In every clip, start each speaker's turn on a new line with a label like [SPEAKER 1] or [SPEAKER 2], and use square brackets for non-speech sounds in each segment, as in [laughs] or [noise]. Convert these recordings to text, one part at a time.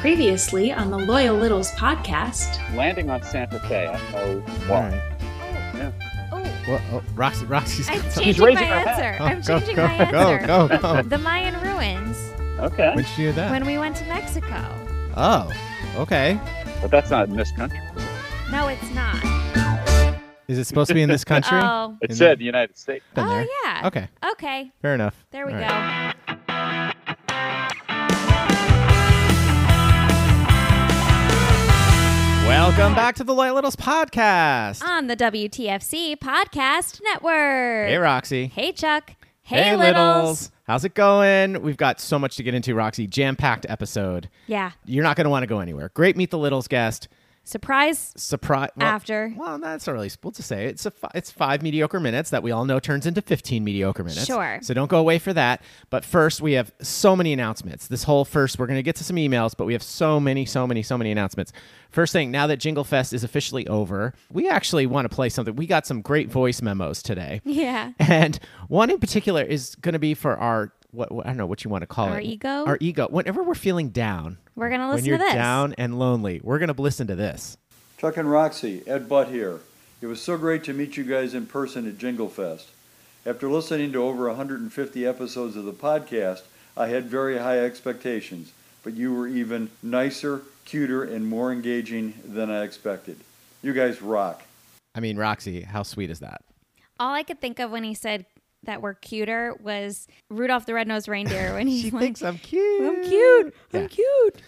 [SPEAKER 1] previously on the Loyal Littles podcast.
[SPEAKER 2] landing on Santa Fe. I don't know
[SPEAKER 3] All
[SPEAKER 2] why.
[SPEAKER 3] right.
[SPEAKER 2] Yeah.
[SPEAKER 4] Oh,
[SPEAKER 3] Well, oh, Roxy, Roxy's
[SPEAKER 4] I'm
[SPEAKER 3] [laughs] got something.
[SPEAKER 2] She's
[SPEAKER 4] changing my
[SPEAKER 2] raising her
[SPEAKER 4] answer.
[SPEAKER 2] hand.
[SPEAKER 3] Oh, [laughs]
[SPEAKER 4] I'm
[SPEAKER 3] go,
[SPEAKER 4] changing
[SPEAKER 3] go,
[SPEAKER 4] my answer.
[SPEAKER 3] Go, go, [laughs] go.
[SPEAKER 4] The Mayan ruins
[SPEAKER 2] Okay,
[SPEAKER 3] When'd she do that?
[SPEAKER 4] when we went to Mexico.
[SPEAKER 3] oh, okay.
[SPEAKER 2] but that's not in this country.
[SPEAKER 4] No, it's not.
[SPEAKER 3] Is it supposed to be
[SPEAKER 4] [laughs]
[SPEAKER 3] in this country?
[SPEAKER 4] Oh,
[SPEAKER 2] It
[SPEAKER 3] In
[SPEAKER 2] said
[SPEAKER 3] the-
[SPEAKER 2] United States.
[SPEAKER 3] Been
[SPEAKER 4] oh
[SPEAKER 3] there.
[SPEAKER 4] yeah.
[SPEAKER 3] Okay,
[SPEAKER 4] Okay.
[SPEAKER 3] fair enough.
[SPEAKER 4] There we
[SPEAKER 3] All
[SPEAKER 4] go.
[SPEAKER 3] right. Welcome back to the Light Littles podcast.
[SPEAKER 4] On the WTFC Podcast Network.
[SPEAKER 3] hey, Roxy.
[SPEAKER 4] Hey, Chuck.
[SPEAKER 3] How's it going? We've got so much to get into, Roxy. Jam packed episode.
[SPEAKER 4] Yeah.
[SPEAKER 3] You're not going to want to go anywhere. Great Meet the Littles guest.
[SPEAKER 4] Surprise. [laughs]
[SPEAKER 3] surprise well,
[SPEAKER 4] After.
[SPEAKER 3] Well, that's not really cool to say. It's a fi- it's five mediocre minutes that we all know turns into fifteen mediocre minutes.
[SPEAKER 4] Sure.
[SPEAKER 3] So don't go away for that. But first, we have so many announcements. This whole first, we're going to get to some emails, but we have so many, so many, so many announcements. First thing, now that Jingle Fest is officially over, we actually want to play something. We got some great voice memos today,
[SPEAKER 4] Yeah.
[SPEAKER 3] and one in particular is going to be for our. What, what- I don't know what you want to call it.
[SPEAKER 4] Our ego?
[SPEAKER 3] Our ego. Whenever we're feeling down,
[SPEAKER 4] We're gonna
[SPEAKER 3] when
[SPEAKER 4] listen
[SPEAKER 3] you're
[SPEAKER 4] to this.
[SPEAKER 3] down and lonely, we're gonna listen to this.
[SPEAKER 5] Chuck and Roxy, Ed Butt here. It was so great to meet you guys in person at Jingle Fest. After listening to over 150 episodes of the podcast, I had very high expectations, but you were even nicer, cuter, and more engaging than I expected. You guys rock.
[SPEAKER 3] I mean, Roxy, how sweet is that?
[SPEAKER 4] All I could think of when he said that we're cuter was Rudolph the Red-Nosed Reindeer when he's
[SPEAKER 3] [laughs] She
[SPEAKER 4] like,
[SPEAKER 3] thinks I'm cute.
[SPEAKER 4] I'm cute.
[SPEAKER 3] Yeah.
[SPEAKER 4] I'm cute.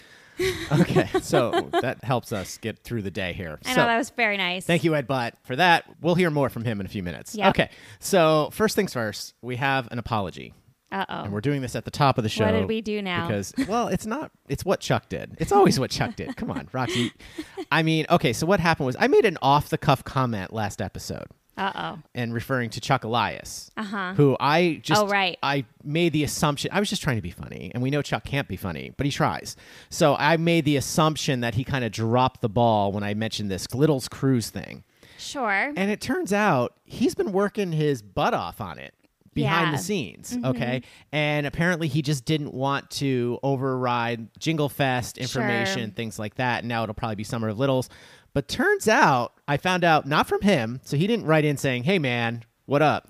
[SPEAKER 3] Okay,
[SPEAKER 4] [laughs]
[SPEAKER 3] so that helps us get through the day here.
[SPEAKER 4] I
[SPEAKER 3] so,
[SPEAKER 4] know that was very nice.
[SPEAKER 3] Thank you, Ed Butt, for that. We'll hear more from him in a few minutes.
[SPEAKER 4] Yep.
[SPEAKER 3] Okay, so first things first, we have an apology.
[SPEAKER 4] Uh
[SPEAKER 3] And
[SPEAKER 4] oh.
[SPEAKER 3] we're doing this at the top of the show.
[SPEAKER 4] What did we do now?
[SPEAKER 3] Because well, it's not. It's what Chuck did. It's always what Chuck did. Come on, Roxy.
[SPEAKER 4] [laughs]
[SPEAKER 3] I mean, okay. So what happened was I made an off-the-cuff comment last episode.
[SPEAKER 4] Uh oh.
[SPEAKER 3] and referring to Chuck Elias,
[SPEAKER 4] Uh-huh.
[SPEAKER 3] who I just
[SPEAKER 4] Oh, right.
[SPEAKER 3] I made the assumption I was just trying to be funny, and we know Chuck can't be funny, but he tries. So I made the assumption that he kind of dropped the ball when I mentioned this Little's Cruise thing,
[SPEAKER 4] Sure.
[SPEAKER 3] and it turns out he's been working his butt off on it behind
[SPEAKER 4] Yeah. Mm-hmm.
[SPEAKER 3] the scenes, okay? And apparently he just didn't want to override Jingle Fest information,
[SPEAKER 4] Sure.
[SPEAKER 3] things like that. And now it'll probably be Summer of Littles. But turns out I found out not from him, so he didn't write in saying, "Hey man,
[SPEAKER 4] [laughs]
[SPEAKER 3] what up?"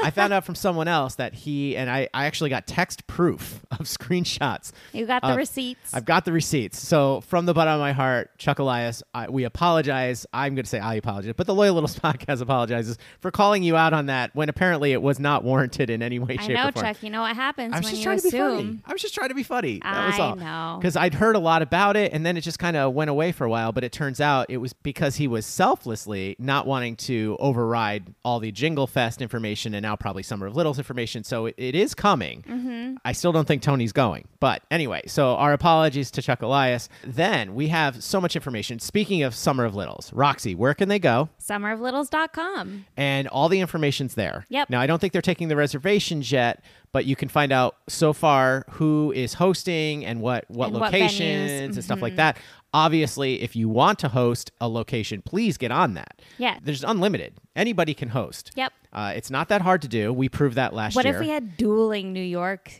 [SPEAKER 3] I found out from someone else that he and I I actually got text proof of [laughs] screenshots.
[SPEAKER 4] you got the
[SPEAKER 3] of-
[SPEAKER 4] receipts.
[SPEAKER 3] uh, I've got the receipts. So from the bottom of my heart, Chuck Elias, I, we apologize. I'm going to say I apologize, but the Loyal Littles [laughs] podcast apologizes for calling you out on that when apparently it was not warranted in any way,
[SPEAKER 4] I
[SPEAKER 3] shape,
[SPEAKER 4] know,
[SPEAKER 3] or form.
[SPEAKER 4] Chuck. You know what happens
[SPEAKER 3] I was
[SPEAKER 4] when
[SPEAKER 3] just
[SPEAKER 4] you
[SPEAKER 3] trying to be funny.
[SPEAKER 4] assume.
[SPEAKER 3] I was just trying to be funny. That was
[SPEAKER 4] I
[SPEAKER 3] all.
[SPEAKER 4] know.
[SPEAKER 3] Because I'd heard a lot about it, and then it just kind of went away for a while. But it turns out it was because he was selflessly not wanting to override all the Jingle Fest information and now probably Summer of Littles information. So it, it is coming.
[SPEAKER 4] Mm-hmm.
[SPEAKER 3] I still don't think Tony's going. But anyway, so our apologies to Chuck Elias. Then we have so much information. Speaking of Summer of Littles, Roxy, where can they go?
[SPEAKER 4] Summeroflittles.com.
[SPEAKER 3] and all the information's there.
[SPEAKER 4] Yep.
[SPEAKER 3] Now I don't think they're taking the reservations yet, but you can find out so far who is hosting and what what
[SPEAKER 4] And what
[SPEAKER 3] locations
[SPEAKER 4] venues. Mm-hmm.
[SPEAKER 3] and stuff like that. Obviously, if you want to host a location, please get on that.
[SPEAKER 4] Yeah.
[SPEAKER 3] There's unlimited. Anybody can host.
[SPEAKER 4] Yep.
[SPEAKER 3] Uh, it's not that hard to do. We proved that last
[SPEAKER 4] What
[SPEAKER 3] year.
[SPEAKER 4] if we had dueling New York,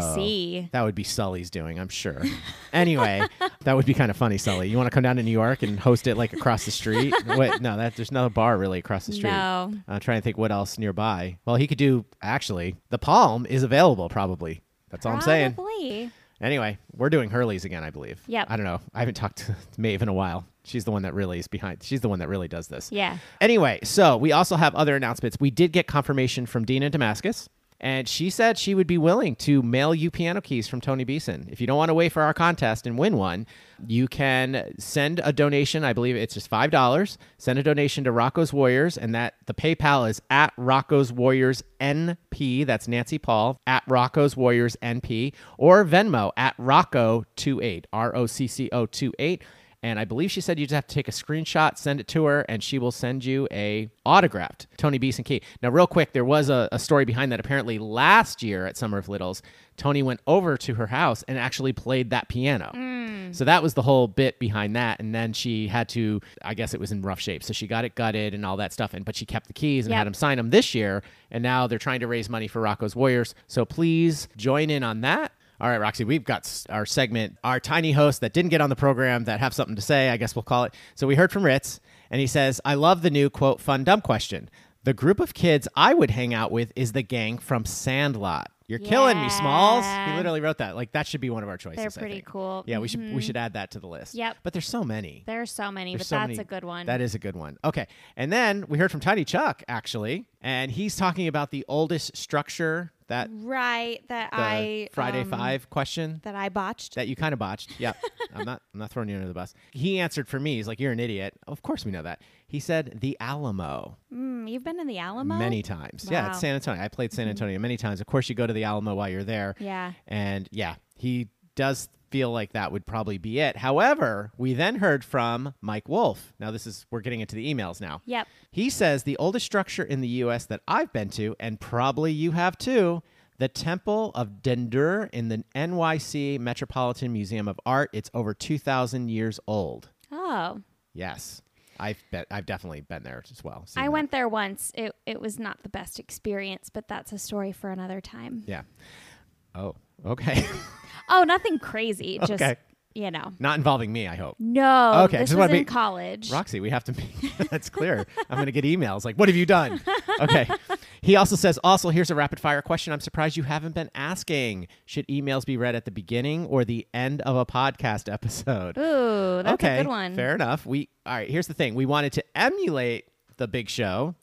[SPEAKER 4] NYC?
[SPEAKER 3] That would be Sully's doing, I'm sure. [laughs] anyway, that would be kind of funny, Sully. You want to come down to New York and host it like across
[SPEAKER 4] [laughs]
[SPEAKER 3] the street? Wait, no, that there's not a bar really across the street.
[SPEAKER 4] No.
[SPEAKER 3] I'm trying to think what else nearby. Well, he could do actually. The Palm is available probably. That's all I'm saying.
[SPEAKER 4] Probably.
[SPEAKER 3] Anyway, we're doing Hurley's again, I believe.
[SPEAKER 4] Yep.
[SPEAKER 3] I don't know. I haven't talked to [laughs] Maeve in a while. She's the one that really is behind. She's the one that really does this.
[SPEAKER 4] Yeah.
[SPEAKER 3] Anyway, so we also have other announcements. We did get confirmation from Dina Damascus, and she said she would be willing to mail you piano keys from Tony Beeson. If you don't want to wait for our contest and win one, you can send a donation. I believe it's just five dollars. Send a donation to Rocco's Warriors, and that the PayPal is at Rocco's Warriors NP. That's Nancy Paul at Rocco's Warriors NP or Venmo at Rocco 28 R O C C O 28 and I believe she said you just have to take a screenshot, send it to her, and she will send you a autographed Tony Beeson key. Now, real quick, there was a, a story behind that. Apparently, last year at Summer of Littles, Tony went over to her house and actually played that piano. So that was the whole bit behind that. And then she had to, I guess it was in rough shape, so she got it gutted and all that stuff. And but she kept the keys and
[SPEAKER 4] Yep.
[SPEAKER 3] had him sign them this year. And now they're trying to raise money for Rocco's Warriors. So please join in on that. All right, Roxy, we've got s- our segment, our tiny hosts that didn't get on the program that have something to say, I guess we'll call it. So we heard from Ritz, and he says, I love the new quote, fun, dumb question. The group of kids I would hang out with is the gang from Sandlot. You're killing me, Smalls. He
[SPEAKER 4] Yeah.
[SPEAKER 3] literally wrote that. Like that should be one of our choices.
[SPEAKER 4] They're
[SPEAKER 3] I
[SPEAKER 4] pretty
[SPEAKER 3] think.
[SPEAKER 4] cool. Mm-hmm.
[SPEAKER 3] Yeah, we should we should add that to the list.
[SPEAKER 4] Yep.
[SPEAKER 3] But there's so many.
[SPEAKER 4] There are so many,
[SPEAKER 3] There's
[SPEAKER 4] but
[SPEAKER 3] so
[SPEAKER 4] that's
[SPEAKER 3] many-
[SPEAKER 4] a good one.
[SPEAKER 3] That is a good one. Okay. And then we heard from Tiny Chuck, actually, and he's talking about the oldest structure that the
[SPEAKER 4] right. That Mm, I
[SPEAKER 3] Friday
[SPEAKER 4] um,
[SPEAKER 3] Five question
[SPEAKER 4] that I botched.
[SPEAKER 3] that you kind of botched. Yeah.
[SPEAKER 4] [laughs]
[SPEAKER 3] I'm not I'm not throwing you under the bus. He answered for me. He's like, You're an idiot. Of course we know that. He said the Alamo
[SPEAKER 4] Mm, you've been in the Alamo
[SPEAKER 3] many times. Yeah, it's
[SPEAKER 4] Wow. Mm-hmm.
[SPEAKER 3] San Antonio. I played San Antonio many times. Of course you go to the Alamo while you're there.
[SPEAKER 4] Yeah.
[SPEAKER 3] And yeah, he does feel like that would probably be it. However, we then heard from Mike Wolf. Now this is we're getting into the emails now.
[SPEAKER 4] Yep.
[SPEAKER 3] He says the oldest structure in the U.S. that I've been to, and probably you have too, the Temple of Dendur in the NYC Metropolitan Museum of Art. It's over 2,000 years old.
[SPEAKER 4] Oh,
[SPEAKER 3] Yes, I've been, I've definitely been there as well. seen
[SPEAKER 4] I
[SPEAKER 3] that.
[SPEAKER 4] went there once. It it was not the best experience, but that's a story for another time.
[SPEAKER 3] Yeah. Oh, okay. [laughs]
[SPEAKER 4] Oh, nothing crazy. Just
[SPEAKER 3] Okay.
[SPEAKER 4] you know.
[SPEAKER 3] Not involving me, I hope.
[SPEAKER 4] No.
[SPEAKER 3] Okay,
[SPEAKER 4] This
[SPEAKER 3] just
[SPEAKER 4] was
[SPEAKER 3] wanna
[SPEAKER 4] in
[SPEAKER 3] be-
[SPEAKER 4] college.
[SPEAKER 3] Roxy, we have to make [laughs] that's clear. I'm going to get emails like, "What have you done?" Okay. He also says, "Also, here's a rapid fire question. I'm surprised you haven't been asking. Should emails be read at the beginning or the end of a podcast episode?"
[SPEAKER 4] Ooh, that's
[SPEAKER 3] okay,
[SPEAKER 4] a good one.
[SPEAKER 3] Fair enough. We all right. Here's the thing: we wanted to emulate the Big Show,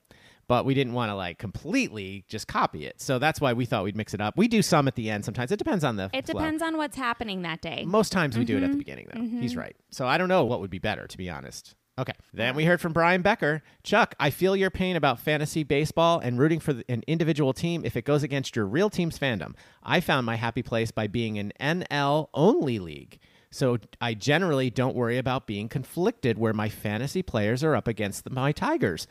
[SPEAKER 3] but we didn't want to like completely just copy it. So that's why we thought we'd mix it up. We do some at the end sometimes. It depends on the.
[SPEAKER 4] It
[SPEAKER 3] flow.
[SPEAKER 4] depends on what's happening that day.
[SPEAKER 3] Most times we do it
[SPEAKER 4] Mm-hmm.
[SPEAKER 3] at the beginning, though. He's right. So I don't know what would be better, to be honest. Okay. Then we heard from Brian Becker. Chuck, I feel your pain about fantasy baseball and rooting for the- an individual team if it goes against your real team's fandom. I found my happy place by being an NL only league. So I generally don't worry about being conflicted where my fantasy players are up against the, my Tigers.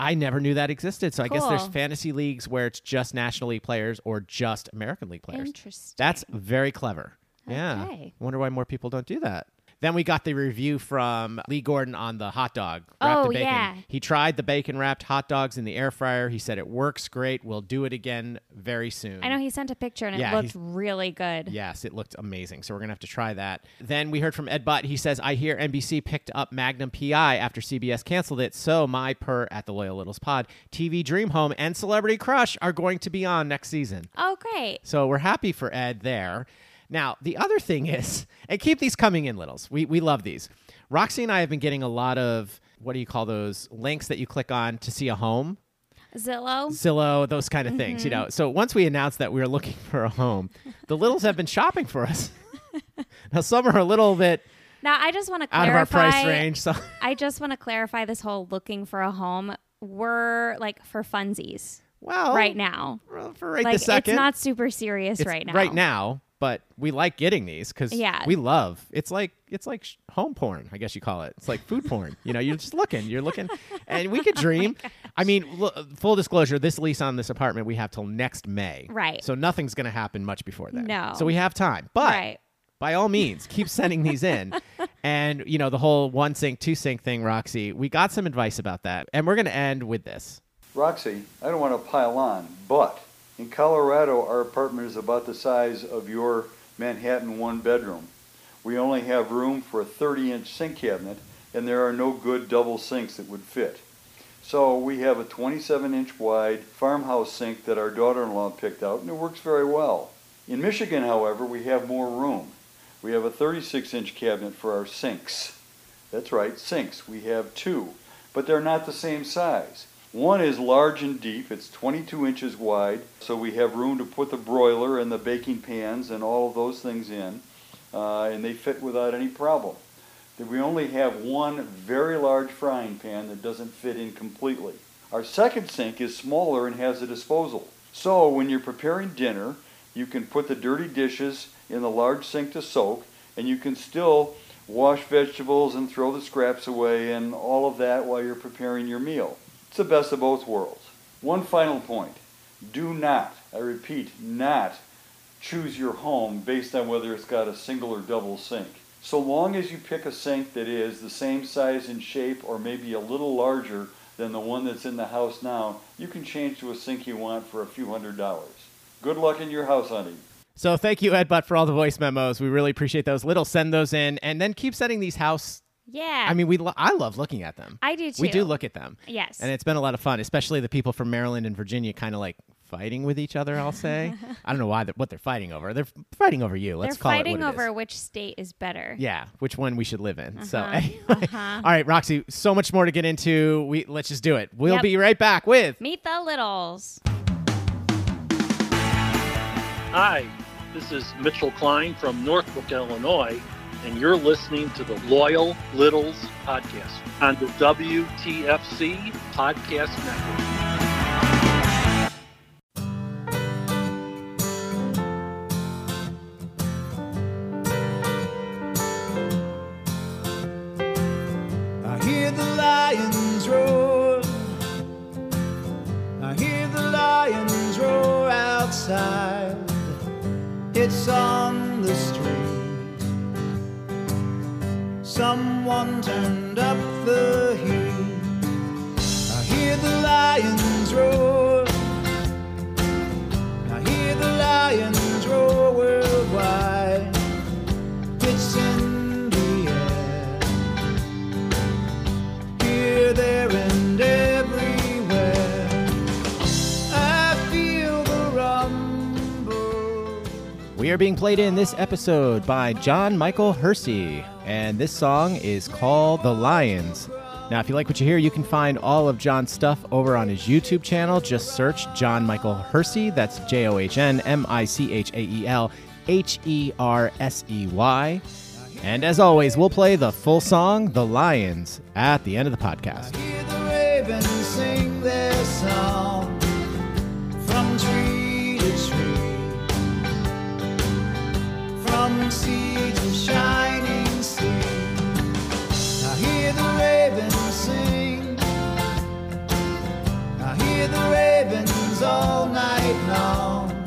[SPEAKER 3] I never knew that existed. So I guess there's
[SPEAKER 4] Cool.
[SPEAKER 3] fantasy leagues where it's just National League players or just American League players.
[SPEAKER 4] Interesting.
[SPEAKER 3] That's very clever. Yeah.
[SPEAKER 4] Okay.
[SPEAKER 3] Wonder why more people don't do that. Then we got the review from Lee Gordon on the hot dog wrapped in
[SPEAKER 4] Oh,
[SPEAKER 3] bacon.
[SPEAKER 4] yeah.
[SPEAKER 3] He tried the bacon wrapped hot dogs in the air fryer. He said it works great. We'll do it again very soon.
[SPEAKER 4] I know he sent a picture and
[SPEAKER 3] Yeah,
[SPEAKER 4] it looked
[SPEAKER 3] he's-
[SPEAKER 4] really good.
[SPEAKER 3] Yes, it looked amazing. So we're going to have to try that. Then we heard from Ed Butt. He says, I hear NBC picked up Magnum PI after CBS canceled it. So my per at the Loyal Littles Pod, TV Dream Home, and Celebrity Crush are going to be on next season.
[SPEAKER 4] Oh, great.
[SPEAKER 3] So we're happy for Ed there. Now, the other thing is, [laughs] and keep these coming in, littles. We, we love these. Roxy and I have been getting a lot of, what do you call those, links that you click on to see a home?
[SPEAKER 4] Zillow.
[SPEAKER 3] Zillow, those kind of things,
[SPEAKER 4] Mm-hmm.
[SPEAKER 3] you know. So once we announced that we were looking [laughs] for a home, the littles have been shopping for
[SPEAKER 4] [laughs]
[SPEAKER 3] us. now, some are a little bit
[SPEAKER 4] Now I just want to
[SPEAKER 3] out
[SPEAKER 4] clarify.
[SPEAKER 3] of our price range. So [laughs]
[SPEAKER 4] I just want to clarify this whole looking for a home. We're like for funsies
[SPEAKER 3] well,
[SPEAKER 4] right now.
[SPEAKER 3] for right
[SPEAKER 4] like
[SPEAKER 3] this Oh, second,
[SPEAKER 4] it's not super serious
[SPEAKER 3] it's
[SPEAKER 4] right now.
[SPEAKER 3] Right now, but we like getting these because
[SPEAKER 4] Yeah.
[SPEAKER 3] we love. It's like it's like sh- home porn, I guess you call it. It's like food porn. You know, you're just looking,
[SPEAKER 4] [laughs]
[SPEAKER 3] you're looking, and we could
[SPEAKER 4] Oh
[SPEAKER 3] dream. I mean, lo- full disclosure: this lease on this apartment we have till next May,
[SPEAKER 4] Right.
[SPEAKER 3] So nothing's going to happen much before that.
[SPEAKER 4] No.
[SPEAKER 3] so we have time, but.
[SPEAKER 4] Right.
[SPEAKER 3] By all means, keep sending
[SPEAKER 4] [laughs]
[SPEAKER 3] these in. And, you know, the whole one sink, two sink thing, Roxy, we got some advice about that. And we're going to end with this.
[SPEAKER 5] Roxy, I don't want to pile on, but in Colorado, our apartment is about the size of your Manhattan one bedroom. We only have room for a 30 inch sink cabinet, and there are no good double sinks that would fit. So we have a 27 inch wide farmhouse sink that our daughter in law picked out, and it works very well. In Michigan, however, we have more room. We have a 36 inch cabinet for our sinks. That's right, sinks. We have two, but they're not the same size. One is large and deep. It's 22 inches wide, so we have room to put the broiler and the baking pans and all of those things in, uh, and they fit without any problem. Then We only have one very large frying pan that doesn't fit in completely. Our second sink is smaller and has a disposal. So when you're preparing dinner, you can put the dirty dishes in the large sink to soak, and you can still wash vegetables and throw the scraps away and all of that while you're preparing your meal. It's the best of both worlds. One final point. Do not, I repeat, not choose your home based on whether it's got a single or double sink. So long as you pick a sink that is the same size and shape or maybe a little larger than the one that's in the house now, you can change to a sink you want for a few hundred dollars. Good luck in your house hunting.
[SPEAKER 3] So thank you, Ed Butt, for all the voice memos. We really appreciate those. Little send those in, and then keep sending these house.
[SPEAKER 4] Yeah.
[SPEAKER 3] I mean, we lo- I love looking at them.
[SPEAKER 4] I do
[SPEAKER 3] We do
[SPEAKER 4] too.
[SPEAKER 3] look at them.
[SPEAKER 4] Yes.
[SPEAKER 3] and it's been a lot of fun, especially the people from Maryland and Virginia, kind of like fighting with each other.
[SPEAKER 4] [laughs]
[SPEAKER 3] I'll say. I don't know why they're, what they're fighting over. They're fighting over you.
[SPEAKER 4] they're
[SPEAKER 3] Let's call it
[SPEAKER 4] fighting
[SPEAKER 3] what it is.
[SPEAKER 4] over which state is better.
[SPEAKER 3] Yeah, which one we should live in. So, [laughs]
[SPEAKER 4] Uh-huh,
[SPEAKER 3] anyway.
[SPEAKER 4] uh-huh.
[SPEAKER 3] All right, Roxy, so much more to get into. We let's just do it. We'll
[SPEAKER 4] Yep.
[SPEAKER 3] be right back with
[SPEAKER 4] Meet the Littles.
[SPEAKER 6] Hi, this is Mitchell Klein from Northbrook, Illinois, and you're listening to the Loyal Littles podcast on the WTFC Podcast Network.
[SPEAKER 7] I hear the lions roar. I hear the lions roar outside. It's on the street. Someone turned up the heat. I hear the lions roar. I hear the lions roar worldwide. It's in the air here, there, and everywhere. I feel the rumble.
[SPEAKER 3] We are being played in this episode by John Michael Hersey, and this song is called The Lions. Now, if you like what you hear, you can find all of John's stuff over on his YouTube channel. Just search John Michael Hersey. That's J O H N M I C H A E L H E R S E Y. And as always, we'll play the full song, The Lions, at the end of the podcast.
[SPEAKER 7] Hear the ravens sing their song from tree to tree, from sea to shining sea. I hear the ravens sing. I hear the ravens all night long.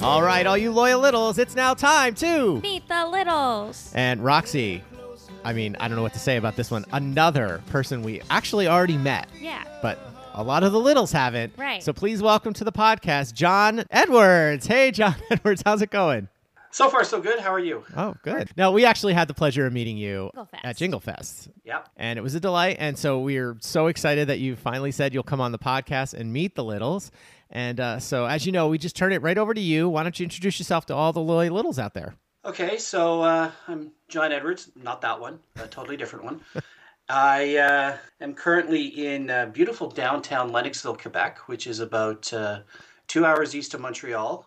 [SPEAKER 3] All right, all you loyal littles, it's now time to.
[SPEAKER 4] Meet the Littles.
[SPEAKER 3] And Roxy, I mean, I don't know what to say about this one. Another person we actually already met,
[SPEAKER 4] Yeah.
[SPEAKER 3] but a lot of the littles haven't.
[SPEAKER 4] Right.
[SPEAKER 3] So please welcome to the podcast, John Edwards. Hey, John [laughs] Edwards, how's it going?
[SPEAKER 8] So far, so good. How are you?
[SPEAKER 3] Oh, good. Now, we actually had the pleasure of meeting you
[SPEAKER 4] Jingle Fest.
[SPEAKER 3] at Jingle Fest.
[SPEAKER 8] Yep.
[SPEAKER 3] And it was a delight. And so we're so excited that you finally said you'll come on the podcast and meet the Littles. And uh, so, as you know, we just turn it right over to you. Why don't you introduce yourself to all the loyal Littles out there?
[SPEAKER 8] Okay, so uh, I'm John Edwards. Not that one, a totally
[SPEAKER 3] [laughs]
[SPEAKER 8] different one. I uh, am currently in uh, beautiful downtown Lennoxville, Quebec, which is about uh, two hours east of Montreal.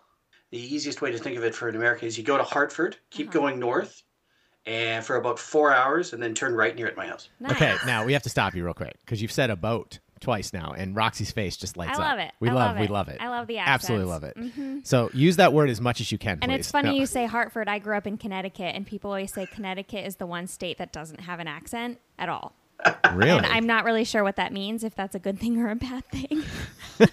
[SPEAKER 8] The easiest way to think of it for an American is you go to Hartford, keep
[SPEAKER 3] Uh-huh.
[SPEAKER 8] going north, and for about four hours, and then turn right near at my house.
[SPEAKER 4] Nice.
[SPEAKER 3] Okay, now we have to stop you real quick because you've said a boat twice now, and Roxy's face just lights
[SPEAKER 4] I
[SPEAKER 3] up.
[SPEAKER 4] love it.
[SPEAKER 3] We
[SPEAKER 4] I
[SPEAKER 3] love,
[SPEAKER 4] love
[SPEAKER 3] we
[SPEAKER 4] it.
[SPEAKER 3] love it.
[SPEAKER 4] I love the
[SPEAKER 3] absolutely love it.
[SPEAKER 4] accents. Mm-hmm.
[SPEAKER 3] So use that word as much as you can.
[SPEAKER 4] And it's
[SPEAKER 3] please.
[SPEAKER 4] funny
[SPEAKER 3] No.
[SPEAKER 4] you say Hartford. I grew up in Connecticut, and people always say Connecticut is the one state that doesn't have an accent at all.
[SPEAKER 3] really?
[SPEAKER 4] And I'm not really sure what that means, if that's a good thing or a bad thing. [laughs]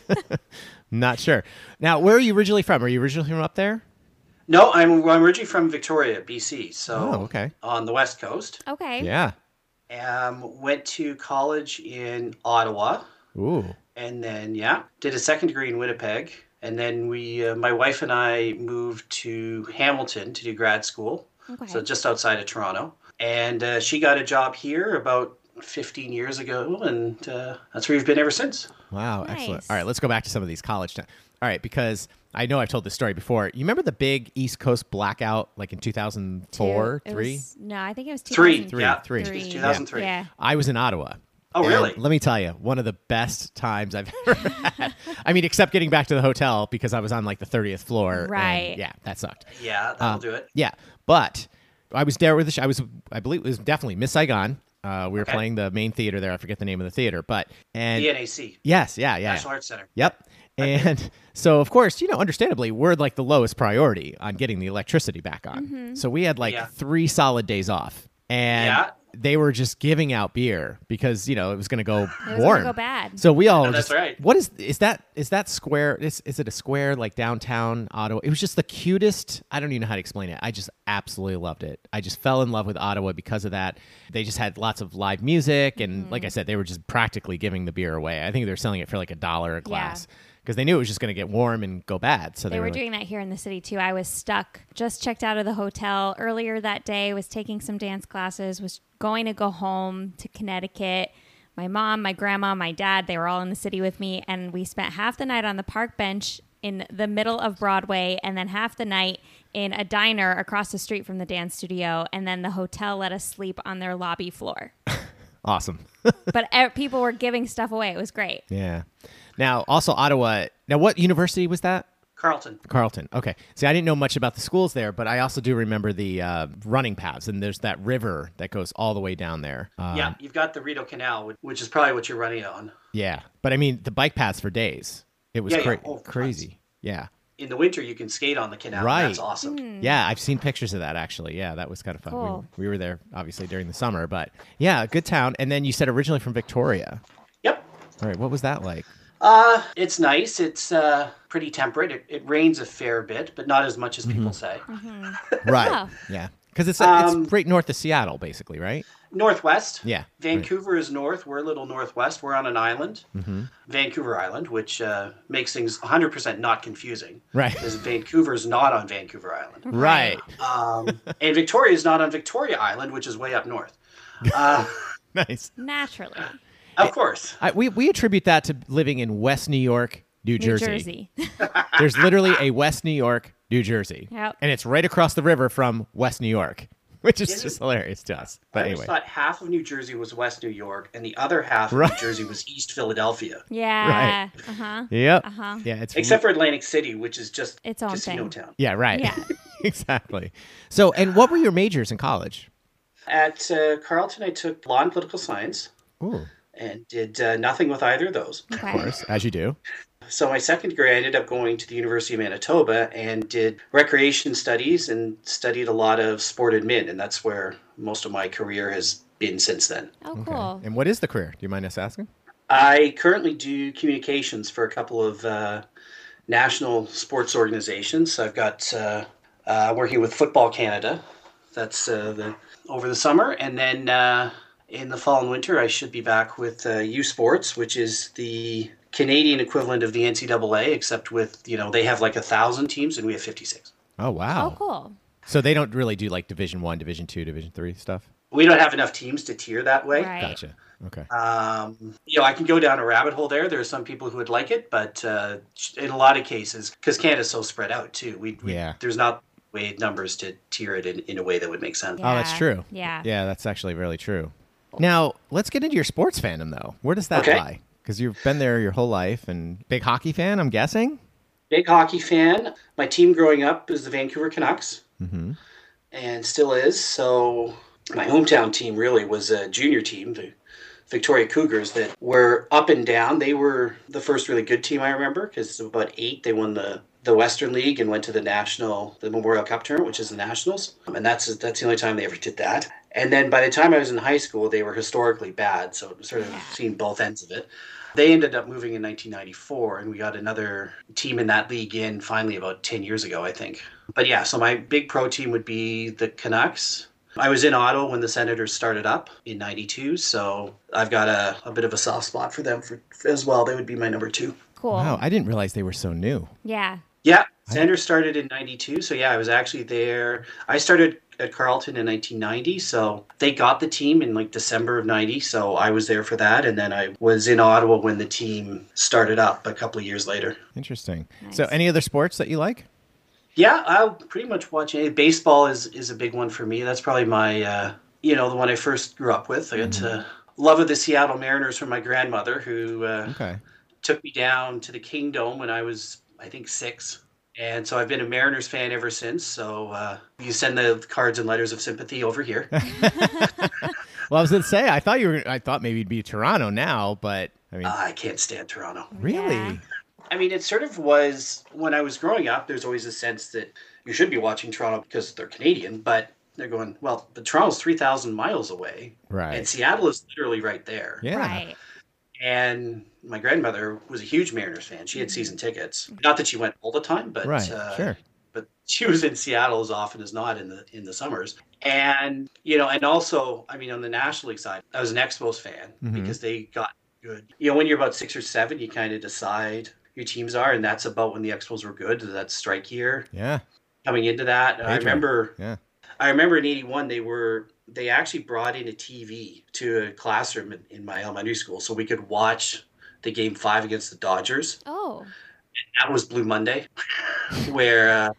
[SPEAKER 3] not sure. Now, where are you originally from? Are you originally from up there?
[SPEAKER 8] No, I'm, I'm originally from Victoria, BC, so
[SPEAKER 3] Oh, okay.
[SPEAKER 8] on the west coast.
[SPEAKER 4] Okay.
[SPEAKER 3] Yeah.
[SPEAKER 8] Um, went to college in Ottawa.
[SPEAKER 3] Ooh.
[SPEAKER 8] and then yeah did a second degree in winnipeg and then we uh, my wife and i moved to hamilton to do grad school
[SPEAKER 4] Okay.
[SPEAKER 8] so just outside of toronto and uh, she got a job here about 15 years ago and uh, that's where we've been ever since
[SPEAKER 3] Wow, excellent.
[SPEAKER 4] Nice.
[SPEAKER 3] All right, let's go back to some of these college towns. All right, because I know I've told this story before. You remember the big East Coast blackout, like in two thousand four,
[SPEAKER 4] Two- it
[SPEAKER 3] three?
[SPEAKER 4] was- no, I think it was
[SPEAKER 8] Three,
[SPEAKER 4] 2003.
[SPEAKER 8] yeah.
[SPEAKER 3] Three.
[SPEAKER 8] It was 2003
[SPEAKER 4] Yeah.
[SPEAKER 3] I was in Ottawa.
[SPEAKER 8] Oh,
[SPEAKER 3] And
[SPEAKER 8] really?
[SPEAKER 3] let me tell you, one of the best times I've [laughs] ever had. I mean, except getting back to the hotel because I was on like the 30th floor. and
[SPEAKER 4] Right.
[SPEAKER 3] yeah, that sucked.
[SPEAKER 8] yeah
[SPEAKER 3] Um,
[SPEAKER 8] that'll do it
[SPEAKER 3] Yeah. But I was there with the, sh- I was, I believe it was definitely Miss Saigon. Uh, we were
[SPEAKER 8] Okay.
[SPEAKER 3] playing the main theater there. I forget the name of the theater, but, and
[SPEAKER 8] the nac
[SPEAKER 3] yes, yeah, yeah.
[SPEAKER 8] national arts center
[SPEAKER 3] Yep. And [laughs] so, of course, you know, understandably, we're like the lowest priority on getting the electricity back on. So we had like
[SPEAKER 8] Yeah.
[SPEAKER 3] three solid days off, and
[SPEAKER 8] Yeah.
[SPEAKER 3] they were just giving out beer because you know it was going to go
[SPEAKER 4] gonna
[SPEAKER 3] warm,
[SPEAKER 4] go bad.
[SPEAKER 3] So we all
[SPEAKER 8] that's
[SPEAKER 3] just-
[SPEAKER 8] right.
[SPEAKER 3] What is is that? Is that square? Is is it a square like downtown Ottawa? It was just the cutest. I don't even know how to explain it. I just absolutely loved it. I just fell in love with Ottawa because of that. They just had lots of live
[SPEAKER 4] Mm-hmm.
[SPEAKER 3] music, and like I said, they were just practically giving the beer away. I think they were selling it for like a dollar a glass. because they knew it was just going to get warm and go bad. So they,
[SPEAKER 4] They were
[SPEAKER 3] like,
[SPEAKER 4] doing that here in the city too. I was stuck. Just checked out of the hotel earlier that day, was taking some dance classes, was going to go home to Connecticut. My mom, my grandma, my dad, they were all in the city with me and we spent half the night on the park bench in the middle of Broadway and then half the night in a diner across the street from the dance studio and then the hotel let us sleep on their lobby
[SPEAKER 3] [laughs]
[SPEAKER 4] floor.
[SPEAKER 3] awesome.
[SPEAKER 4] but e- people were giving stuff away. It was great.
[SPEAKER 3] yeah. Now, also Ottawa. Now, what university was that?
[SPEAKER 8] Carlton.
[SPEAKER 3] Carleton. Okay. See, I didn't know much about the schools there, but I also do remember the uh, running paths, and there's that river that goes all the way down there. Um,
[SPEAKER 8] yeah, you've got the Rideau Canal, which- which is probably what you're running on.
[SPEAKER 3] Yeah. But I mean, the bike paths for days. It was
[SPEAKER 8] Yeah, yeah.
[SPEAKER 3] cra-
[SPEAKER 8] Oh, tons.
[SPEAKER 3] crazy. Yeah.
[SPEAKER 8] In the winter, you can skate on the canal.
[SPEAKER 3] Right.
[SPEAKER 8] That's awesome.
[SPEAKER 3] Yeah, I've seen pictures of that actually. Yeah, that was kind of fun. We-
[SPEAKER 4] Cool.
[SPEAKER 3] We, were there obviously during the summer, but yeah, good town. And then you said originally from Victoria.
[SPEAKER 8] Yep.
[SPEAKER 3] All right, what was that like?
[SPEAKER 8] Uh, it's nice. It's uh, pretty temperate. It, it rains a fair bit, but not as much
[SPEAKER 3] Mm-hmm.
[SPEAKER 8] as people say.
[SPEAKER 3] Right.
[SPEAKER 4] Oh.
[SPEAKER 3] Yeah. Because it's,
[SPEAKER 8] Um,
[SPEAKER 3] it's right north of Seattle, basically, right?
[SPEAKER 8] Northwest.
[SPEAKER 3] Yeah.
[SPEAKER 8] Vancouver is north. We're a little northwest. We're on an island,
[SPEAKER 3] Mm-hmm.
[SPEAKER 8] Vancouver Island, which uh, makes things 100% not confusing. [laughs]
[SPEAKER 3] Right.
[SPEAKER 8] Because Vancouver's not on Vancouver Island.
[SPEAKER 3] Right.
[SPEAKER 8] Um, and Victoria is not on Victoria Island, which is way up north.
[SPEAKER 3] [laughs]
[SPEAKER 8] Uh,
[SPEAKER 3] [laughs] nice.
[SPEAKER 4] Naturally.
[SPEAKER 8] of course.
[SPEAKER 3] I, we, we attribute that to living in West New York, New,
[SPEAKER 4] New Jersey.
[SPEAKER 3] [laughs]
[SPEAKER 4] [laughs]
[SPEAKER 3] There's literally a West New York, New Jersey.
[SPEAKER 4] Yep.
[SPEAKER 3] And it's right across the river from West New York, [laughs] which is
[SPEAKER 8] Isn't-
[SPEAKER 3] just hilarious to us.
[SPEAKER 8] I
[SPEAKER 3] But
[SPEAKER 8] always
[SPEAKER 3] anyway.
[SPEAKER 8] thought half of New Jersey was West New York, and the other half
[SPEAKER 3] Right.
[SPEAKER 8] of New Jersey was
[SPEAKER 3] [laughs]
[SPEAKER 8] East Philadelphia,
[SPEAKER 4] Yeah. Uh huh.
[SPEAKER 3] Yep.
[SPEAKER 4] Uh-huh.
[SPEAKER 3] Yeah, it's
[SPEAKER 8] except for Atlantic City, which is just
[SPEAKER 4] Its own
[SPEAKER 8] casino
[SPEAKER 4] thing.
[SPEAKER 8] town.
[SPEAKER 3] Yeah, right.
[SPEAKER 4] Yeah.
[SPEAKER 3] [laughs] exactly. So, and what were your majors in college?
[SPEAKER 8] At uh, Carleton, I took law and political science
[SPEAKER 3] Ooh,
[SPEAKER 8] and did uh, nothing with either of those.
[SPEAKER 3] of course, as you do.
[SPEAKER 8] So my second degree, I ended up going to the University of Manitoba and did recreation studies and studied a lot of sport admin, and that's where most of my career has been since then.
[SPEAKER 4] Oh, cool.
[SPEAKER 3] And what is the career? Do you mind us asking?
[SPEAKER 8] I currently do communications for a couple of uh, national sports organizations. I've got uh, uh, working with Football Canada. That's uh, the over the summer, and then uh, in the fall and winter, I should be back with uh, U Sports, which is the Canadian equivalent of the NCAA, except with you know they have like a thousand teams and we have fifty six.
[SPEAKER 3] Oh wow!
[SPEAKER 4] Oh, cool.
[SPEAKER 3] So they don't really do like Division One, Division Two, Division Three stuff.
[SPEAKER 8] We don't have enough teams to tier that way.
[SPEAKER 4] Right.
[SPEAKER 3] Gotcha. Okay.
[SPEAKER 8] Um, you know, I can go down a rabbit hole there. There are some people who would like it, but uh, in a lot of cases, because Canada's so spread out too, we, we
[SPEAKER 3] Yeah.
[SPEAKER 8] there's not way numbers to tier it in, in a way that would make sense.
[SPEAKER 3] Oh, that's
[SPEAKER 4] Yeah.
[SPEAKER 3] true.
[SPEAKER 4] Yeah.
[SPEAKER 3] Yeah, that's actually really true. Now let's get into your sports fandom, though. Where does that
[SPEAKER 8] Okay.
[SPEAKER 3] lie? Because you've been there your whole life and big hockey fan, I'm guessing.
[SPEAKER 8] Big hockey fan. My team growing up is the Vancouver Canucks,
[SPEAKER 3] Mm-hmm.
[SPEAKER 8] and still is. So my hometown team really was a junior team, the Victoria Cougars, that were up and down. They were the first really good team I remember because about eight they won the the Western League and went to the national the Memorial Cup tournament, which is the Nationals, and that's that's the only time they ever did that. And then by the time I was in high school, they were historically bad, so it was sort of seen both ends of it. They ended up moving in 1994, and we got another team in that league in finally about 10 years ago, I think. But yeah, so my big pro team would be the Canucks. I was in Ottawa when the Senators started up in '92, so I've got a, a bit of a soft spot for them for, as well. They would be my number two.
[SPEAKER 4] Cool.
[SPEAKER 3] Wow, I didn't realize they were so new.
[SPEAKER 4] Yeah.
[SPEAKER 8] Yeah, Senators started in '92, so yeah, I was actually there. I started at Carleton in 1990, so they got the team in like December of '90, so I was there for that, and then I was in Ottawa when the team started up a couple of years later.
[SPEAKER 3] Interesting. So,
[SPEAKER 4] Nice.
[SPEAKER 3] any other sports that you like?
[SPEAKER 8] Yeah, I'll pretty much watch any. Baseball is is a big one for me. That's probably my uh, you know the one I first grew up with. I got to love of the Seattle Mariners from my grandmother, who uh,
[SPEAKER 3] Okay.
[SPEAKER 8] took me down to the Kingdom when I was I think six, and so I've been a Mariners fan ever since. So uh, you send the cards and letters of sympathy over here.
[SPEAKER 3] Well, I was gonna say I thought you were. I thought maybe it'd be Toronto now, but I mean,
[SPEAKER 8] I can't stand Toronto.
[SPEAKER 3] really,
[SPEAKER 4] Um, Yeah.
[SPEAKER 8] I mean, it sort of was when I was growing up. There's always a sense that you should be watching Toronto because they're Canadian, but they're going well. The Toronto's three thousand miles away, and
[SPEAKER 3] right?
[SPEAKER 8] Seattle is literally right there.
[SPEAKER 3] Yeah.
[SPEAKER 4] Right.
[SPEAKER 8] And my grandmother was a huge Mariners fan. She had season tickets. Not that she went all the time, but
[SPEAKER 3] right.
[SPEAKER 8] uh,
[SPEAKER 3] sure.
[SPEAKER 8] but she was in Seattle as often as not in the in the summers. And you know, and also, I mean, on the National League side, I was an Expos fan
[SPEAKER 3] Mhm.
[SPEAKER 8] because they got good. You know, when you're about six or seven, you kind of decide your teams are, and that's about when the Expos were good. That's strike year
[SPEAKER 3] Yeah.
[SPEAKER 8] coming into that. I
[SPEAKER 3] Patron.
[SPEAKER 8] remember
[SPEAKER 3] Yeah.
[SPEAKER 8] I remember in '81 they were they actually brought in a TV to a classroom in, in my elementary school so we could watch the game five against the Dodgers.
[SPEAKER 4] Oh,
[SPEAKER 8] That was Blue Monday, [laughs] where uh,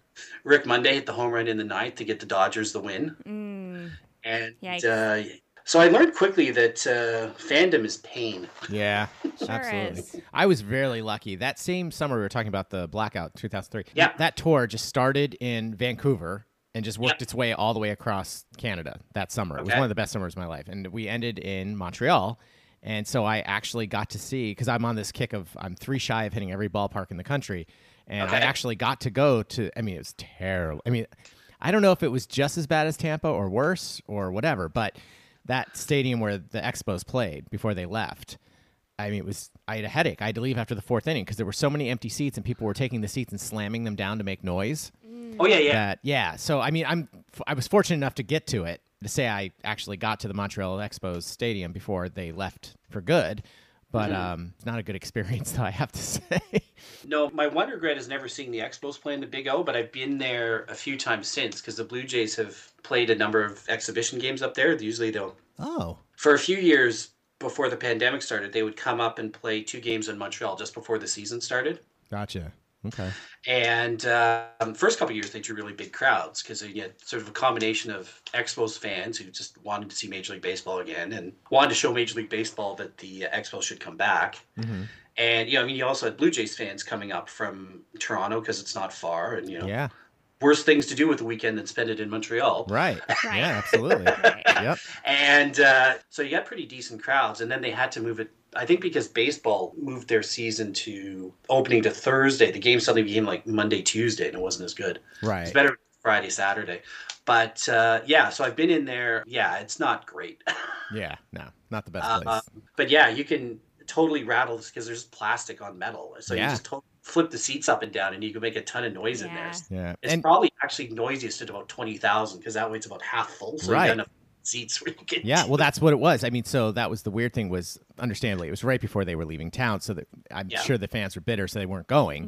[SPEAKER 8] Rick Monday hit the home run in the ninth to get the Dodgers the win.
[SPEAKER 4] mm,
[SPEAKER 8] And uh,
[SPEAKER 4] Yikes.
[SPEAKER 8] so I learned quickly that uh, fandom is pain.
[SPEAKER 3] Yeah.
[SPEAKER 4] sure
[SPEAKER 3] Absolutely.
[SPEAKER 4] is.
[SPEAKER 3] I was really lucky. That same summer we were talking about the blackout 2003.
[SPEAKER 8] Yeah.
[SPEAKER 3] That tour just started in Vancouver and just worked its way all the way across Canada that summer. It was
[SPEAKER 8] Okay.
[SPEAKER 3] one of the best summers of my life. And we ended in Montreal. And so I actually got to see because I'm on this kick of I'm three shy of hitting every ballpark in the country. And I
[SPEAKER 8] Okay.
[SPEAKER 3] actually got to go to I mean it was terrible. I mean I don't know if it was just as bad as Tampa or worse or whatever, but that stadium where the Expos played before they left. I mean, it was. I had a headache. I had to leave after the fourth inning because there were so many empty seats, and people were taking the seats and slamming them down to make noise.
[SPEAKER 8] Oh yeah, yeah.
[SPEAKER 3] That yeah. So I mean, I'm. I was fortunate enough to get to it. To say I actually got to the Montreal Expos stadium before they left for good, but um, it's not a good [laughs] experience though. I have to [laughs] say.
[SPEAKER 8] No, my one regret is never seeing the Expos play in the Big O, but I've been there a few times since because the Blue Jays have played a number of exhibition games up there. Usually they'll
[SPEAKER 3] oh.
[SPEAKER 8] for a few years before the pandemic started, they would come up and play two games in Montreal just before the season started.
[SPEAKER 3] Gotcha. Okay.
[SPEAKER 8] And uh, um, first couple years, they drew really big crowds because you had sort of a combination of Expos fans who just wanted to see Major League Baseball again and wanted to show Major League Baseball that the uh, Expos should come back.
[SPEAKER 3] Mhm.
[SPEAKER 8] Mm-hmm. And you know, I mean, you also had Blue Jays fans coming up from Toronto because it's not far, and you know, [laughs]
[SPEAKER 3] Yeah.
[SPEAKER 8] worse things to do with the weekend than spend it in Montreal.
[SPEAKER 3] Right.
[SPEAKER 4] Right.
[SPEAKER 3] Yeah. Absolutely.
[SPEAKER 4] right.
[SPEAKER 3] yep.
[SPEAKER 8] And uh, so you got pretty decent crowds, and then they had to move it. I think because baseball moved their season to opening to Thursday, the game suddenly became like Monday, Tuesday, and it wasn't as good.
[SPEAKER 3] Right.
[SPEAKER 8] [laughs] It's better Friday, Saturday. But uh, yeah, so I've been in there. Yeah, it's not great. [laughs]
[SPEAKER 3] Yeah. No. Not the best
[SPEAKER 8] Uh,
[SPEAKER 3] place.
[SPEAKER 8] but yeah, you can totally rattle this because there's plastic on metal. So
[SPEAKER 3] Yeah.
[SPEAKER 8] you just to- flip the seats up and down and you can make a ton of noise in there.
[SPEAKER 4] Yeah.
[SPEAKER 3] Yeah.
[SPEAKER 8] It's
[SPEAKER 3] And
[SPEAKER 8] probably actually noisiest at about 20,000 because that way it's about half full. So
[SPEAKER 3] Right.
[SPEAKER 8] you got enough seats where you can.
[SPEAKER 3] Yeah, well, that's what it was. I mean, so that was the weird thing was, understandably, it was right before they were leaving town, so that I'm
[SPEAKER 8] Yeah. Mm-hmm.
[SPEAKER 3] sure the fans were bitter, so they weren't going.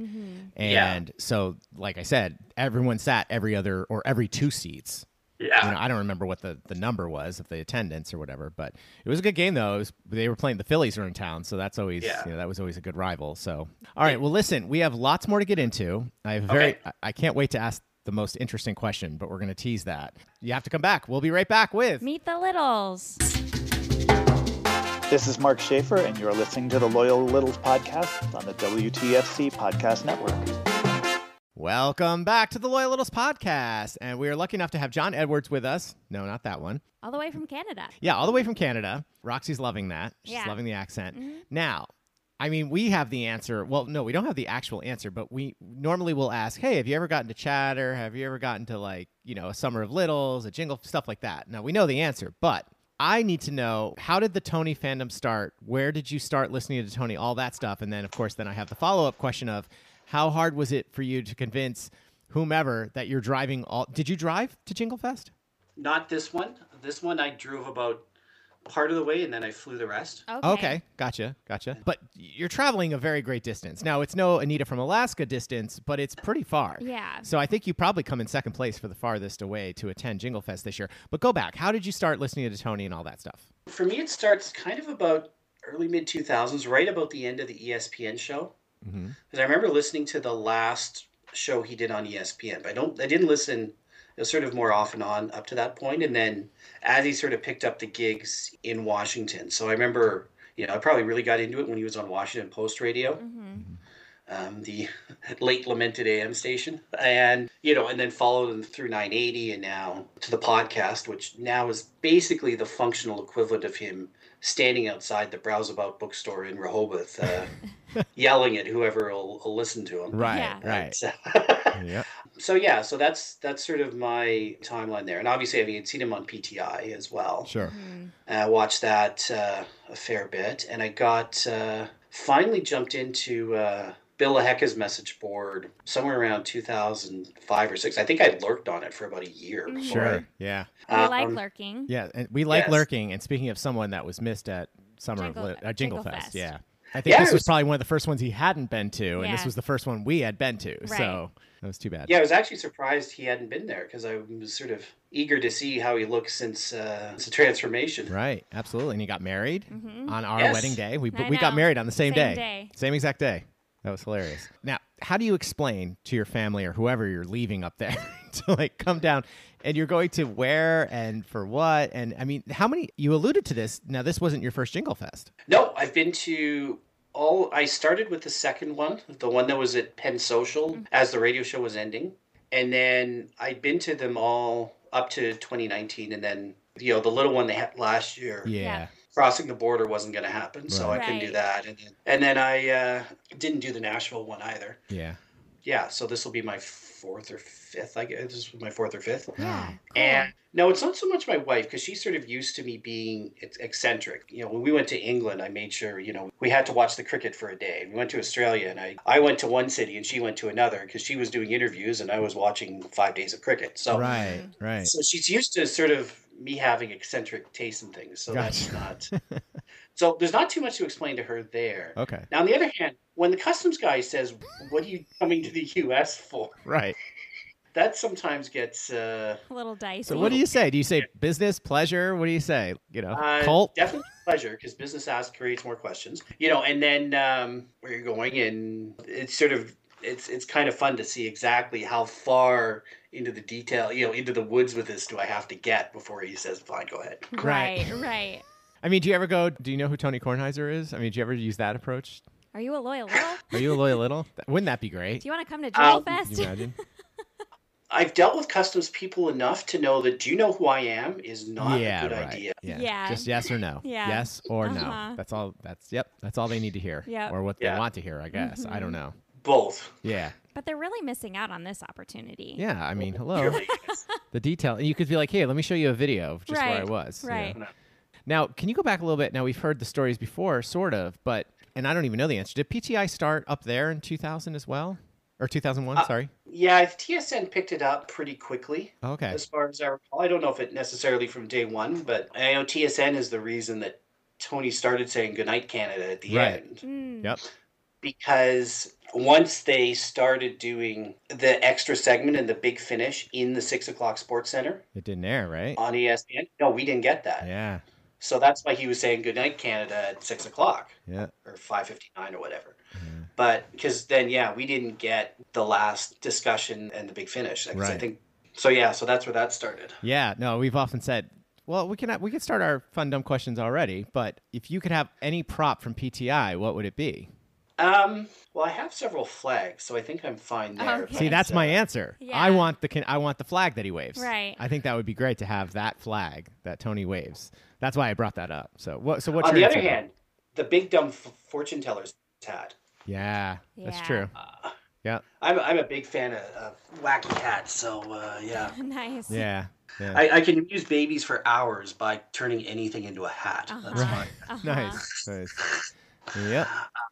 [SPEAKER 4] Mm-hmm.
[SPEAKER 8] Yeah.
[SPEAKER 3] And so, like I said, everyone sat every other or every two seats.
[SPEAKER 8] Yeah.
[SPEAKER 3] You know, I don't remember what the, the number was of the attendance or whatever, but it was a good game though. It was, they were playing the Phillies are in town, so that's always
[SPEAKER 8] Yeah.
[SPEAKER 3] you know, that was always a good rival. So, all right, well, listen, we have lots more to get into. I have a very
[SPEAKER 8] Okay.
[SPEAKER 3] I- I can't wait to ask the most interesting question, but we're going to tease that. You have to come back. We'll be right back with
[SPEAKER 4] Meet the Littles.
[SPEAKER 2] This is Mark Schaefer, and you're listening to the Loyal Littles podcast on the WTFC Podcast Network.
[SPEAKER 3] Welcome back to the Loyal Littles podcast. And we are lucky enough to have John Edwards with us. No, not that one.
[SPEAKER 4] all the way from Canada.
[SPEAKER 3] Yeah, all the way from Canada. Roxy's loving that. She's
[SPEAKER 4] Yeah.
[SPEAKER 3] loving the accent.
[SPEAKER 4] Mm-hmm.
[SPEAKER 3] Now, I mean, we have the answer. Well, no, we don't have the actual answer, but we normally will ask, hey, have you ever gotten to chatter? Have you ever gotten to like, you know, a summer of littles, a jingle, stuff like that? Now, we know the answer, but I need to know how did the Tony fandom start? Where did you start listening to Tony? All that stuff. And then, of course, then I have the follow up question of how hard was it for you to convince whomever that you're driving all. Did you drive to Jingle Fest?
[SPEAKER 8] Not this one. This one I drove about part of the way and then I flew the rest.
[SPEAKER 4] Okay.
[SPEAKER 3] Okay. gotcha, gotcha. But you're traveling a very great distance. Now it's no Anita from Alaska distance, but it's pretty far.
[SPEAKER 4] Yeah.
[SPEAKER 3] So I think you probably come in second place for the farthest away to attend Jingle Fest this year. But go back. How did you start listening to Tony and all that stuff?
[SPEAKER 8] For me, it starts kind of about early mid 2000s, right about the end of the E ESPN show.
[SPEAKER 3] Mm-hmm.
[SPEAKER 8] because I remember listening to the last show he did on E ESPN. But I don't, I didn't listen. It was sort of more off and on up to that point, and then as he sort of picked up the gigs in Washington. So I remember, you know, I probably really got into it when he was on Washington Post Radio,
[SPEAKER 4] Mm-hmm.
[SPEAKER 8] um, the [laughs] late lamented AM station, and you know, and then followed him through 980 and now to the podcast, which now is basically the functional equivalent of him standing outside the Browseabout bookstore in Rehoboth, uh,
[SPEAKER 3] [laughs]
[SPEAKER 8] yelling at whoever will, will listen to him.
[SPEAKER 3] Right,
[SPEAKER 4] Yeah.
[SPEAKER 3] right.
[SPEAKER 8] So,
[SPEAKER 3] Yep.
[SPEAKER 8] so yeah, so that's that's sort of my timeline there, and obviously I had seen him on PTI as well.
[SPEAKER 3] Sure.
[SPEAKER 8] And I watched that uh, a fair bit, and I got uh, finally jumped into uh, Bill Lahecka's message board somewhere around 2005 or six. I think I lurked on it for about a year.
[SPEAKER 4] Mhm.
[SPEAKER 8] Before.
[SPEAKER 3] Sure. Yeah.
[SPEAKER 4] We like
[SPEAKER 8] Um,
[SPEAKER 4] lurking.
[SPEAKER 3] Yeah. And we like
[SPEAKER 8] Yes.
[SPEAKER 3] lurking. And speaking of someone that was missed at Summer of
[SPEAKER 4] Jingle-
[SPEAKER 3] Lit- uh, Jingle,
[SPEAKER 4] Jingle
[SPEAKER 3] Fest.
[SPEAKER 4] Fest.
[SPEAKER 3] Yeah. I think
[SPEAKER 8] Yeah,
[SPEAKER 3] this
[SPEAKER 8] it
[SPEAKER 3] was,
[SPEAKER 8] was-
[SPEAKER 3] probably one of the first ones he hadn't been to, and this
[SPEAKER 4] Yeah.
[SPEAKER 3] was the first one we had been to.
[SPEAKER 4] Right.
[SPEAKER 3] So that was too bad.
[SPEAKER 8] Yeah, I was actually surprised he hadn't been there because I was sort of eager to see how he looks since uh, since the transformation.
[SPEAKER 3] Right, absolutely. And he got married on our
[SPEAKER 8] Yes.
[SPEAKER 3] wedding day. We
[SPEAKER 4] I
[SPEAKER 3] we got
[SPEAKER 4] know.
[SPEAKER 3] married on the same,
[SPEAKER 4] Mm-hmm. Same
[SPEAKER 3] day.
[SPEAKER 4] day.
[SPEAKER 3] Same exact day. That was hilarious. Now, how do you explain to your family or whoever you're leaving up there [laughs] to like come down and you're going to where and for what? And I mean, how many you alluded to this. Now, this wasn't your first Jingle Fest.
[SPEAKER 8] No, I've been to all. I started with the second one, the one that was at Penn Social as the radio show was ending, and then I'd been to them all up to 2019, and then you know the little one they had last year.
[SPEAKER 3] Yeah.
[SPEAKER 8] Crossing the border wasn't going to happen, so I couldn't do
[SPEAKER 4] Right.
[SPEAKER 8] that. And then, and then I uh, didn't do the Nashville one either.
[SPEAKER 3] Yeah.
[SPEAKER 8] Yeah, so this will be my fourth or fifth. I guess this was my fourth or fifth.
[SPEAKER 4] Yeah.
[SPEAKER 3] Oh.
[SPEAKER 4] Cool.
[SPEAKER 8] And no, it's not so much my wife because she's sort of used to me being ex- eccentric. You know, when we went to England, I made sure, you know, we had to watch the cricket for a day. We went to Australia and I, I went to one city and she went to another because she was doing interviews and I was watching five days of cricket. So,
[SPEAKER 3] Right. Right.
[SPEAKER 8] so she's used to sort of me having eccentric taste in things. So that's not. [laughs] so there's not too much to explain to her there.
[SPEAKER 3] Okay.
[SPEAKER 8] Now, on the other hand, when the customs guy says, "What are you coming to the U.S. for?"
[SPEAKER 3] Right.
[SPEAKER 8] that sometimes gets. Uh,
[SPEAKER 4] a little dicey.
[SPEAKER 3] So what do you say? Do you say business, pleasure? What do you say? You know,
[SPEAKER 8] Uh,
[SPEAKER 3] cult?
[SPEAKER 8] Definitely pleasure because business ask creates more questions. You know, and then um, where you're going, and it's sort of it's it's kind of fun to see exactly how far into the detail, you know, into the woods with this do I have to get before he says, "Fine, go ahead."
[SPEAKER 3] Hmm.
[SPEAKER 4] Right. Right.
[SPEAKER 3] I mean, do you ever go, do you know who Tony Kornheiser is? I mean, do you ever use that approach?
[SPEAKER 4] Are you a loyal
[SPEAKER 3] [laughs]
[SPEAKER 4] little?
[SPEAKER 3] Are you a loyal little? Wouldn't that be great?
[SPEAKER 4] Do you want to come to
[SPEAKER 8] Um,
[SPEAKER 4] Jingle Fest?
[SPEAKER 3] Can you imagine?
[SPEAKER 8] I've dealt with customs people enough to know that "Do you know who I am?" is not
[SPEAKER 3] yeah,
[SPEAKER 8] a good
[SPEAKER 3] right.
[SPEAKER 8] idea.
[SPEAKER 3] Yeah.
[SPEAKER 4] Yeah.
[SPEAKER 3] Just yes or no.
[SPEAKER 4] [laughs] Yeah.
[SPEAKER 3] Yes or
[SPEAKER 4] Uh-huh.
[SPEAKER 3] no. That's all that's yep, that's all they need to hear.
[SPEAKER 4] Yep. Mm-hmm.
[SPEAKER 3] Or what
[SPEAKER 8] Yeah.
[SPEAKER 3] they want to hear, I guess. I don't know.
[SPEAKER 8] Both.
[SPEAKER 3] Yeah.
[SPEAKER 4] [laughs] But they're really missing out on this opportunity.
[SPEAKER 3] Yeah. I mean, hello. [laughs]
[SPEAKER 8] Really.
[SPEAKER 3] the detail. And you could be like, hey, let me show you a video of just where I
[SPEAKER 4] Right,
[SPEAKER 3] was. you know?
[SPEAKER 4] right.
[SPEAKER 3] Now, can you go back a little bit? Now we've heard the stories before, sort of, but and I don't even know the answer. Did PTI start up there in two thousand as well? Or two thousand
[SPEAKER 8] Uh,
[SPEAKER 3] one, sorry. Oh,
[SPEAKER 8] yeah, if TSN picked it up pretty quickly.
[SPEAKER 3] Okay.
[SPEAKER 8] as far as I recall. I don't know if it necessarily from day one, but I know TSN is the reason that Tony started saying goodnight Canada at the
[SPEAKER 3] Right.
[SPEAKER 8] end
[SPEAKER 4] Mm.
[SPEAKER 3] Yep.
[SPEAKER 8] because once they started doing the extra segment and the big finish in the six o'clock sports center
[SPEAKER 3] It didn't air, right?
[SPEAKER 8] on E ESPN, no, we didn't get that.
[SPEAKER 3] Yeah.
[SPEAKER 8] So that's why he was saying goodnight Canada at six o'clock
[SPEAKER 3] Yeah.
[SPEAKER 8] or five fifty nine or whatever. But because then, yeah, we didn't get the last discussion and the big finish. 'Cause I
[SPEAKER 3] Right.
[SPEAKER 8] think so. Yeah, so that's where that started.
[SPEAKER 3] Yeah, no, we've often said, well, we can we could start our fun dumb questions already, but if you could have any prop from PTI, what would it be?
[SPEAKER 8] Um. Well, I have several flags, so I think I'm fine there. uh,
[SPEAKER 4] Okay.
[SPEAKER 3] Uh-huh. See, that's my answer. I
[SPEAKER 4] Yeah.
[SPEAKER 3] want the can- I want the flag that he waves.
[SPEAKER 4] Right.
[SPEAKER 3] I think that would be great to have that flag that Tony waves. That's why I brought that up. So what? So what's
[SPEAKER 8] On the
[SPEAKER 3] your
[SPEAKER 8] other
[SPEAKER 3] answer?
[SPEAKER 8] hand, the big dumb f- fortune tellers hat.
[SPEAKER 3] Yeah, that's
[SPEAKER 4] Yeah.
[SPEAKER 3] true. yeah,
[SPEAKER 8] I'm I'm a big fan of, of wacky hats, so uh, yeah.
[SPEAKER 4] [laughs] nice.
[SPEAKER 3] yeah, yeah.
[SPEAKER 8] I, I can amuse babies for hours by turning anything into a hat. That's fine.
[SPEAKER 4] Uh-huh.
[SPEAKER 3] nice, nice.
[SPEAKER 4] [laughs]
[SPEAKER 3] Yep.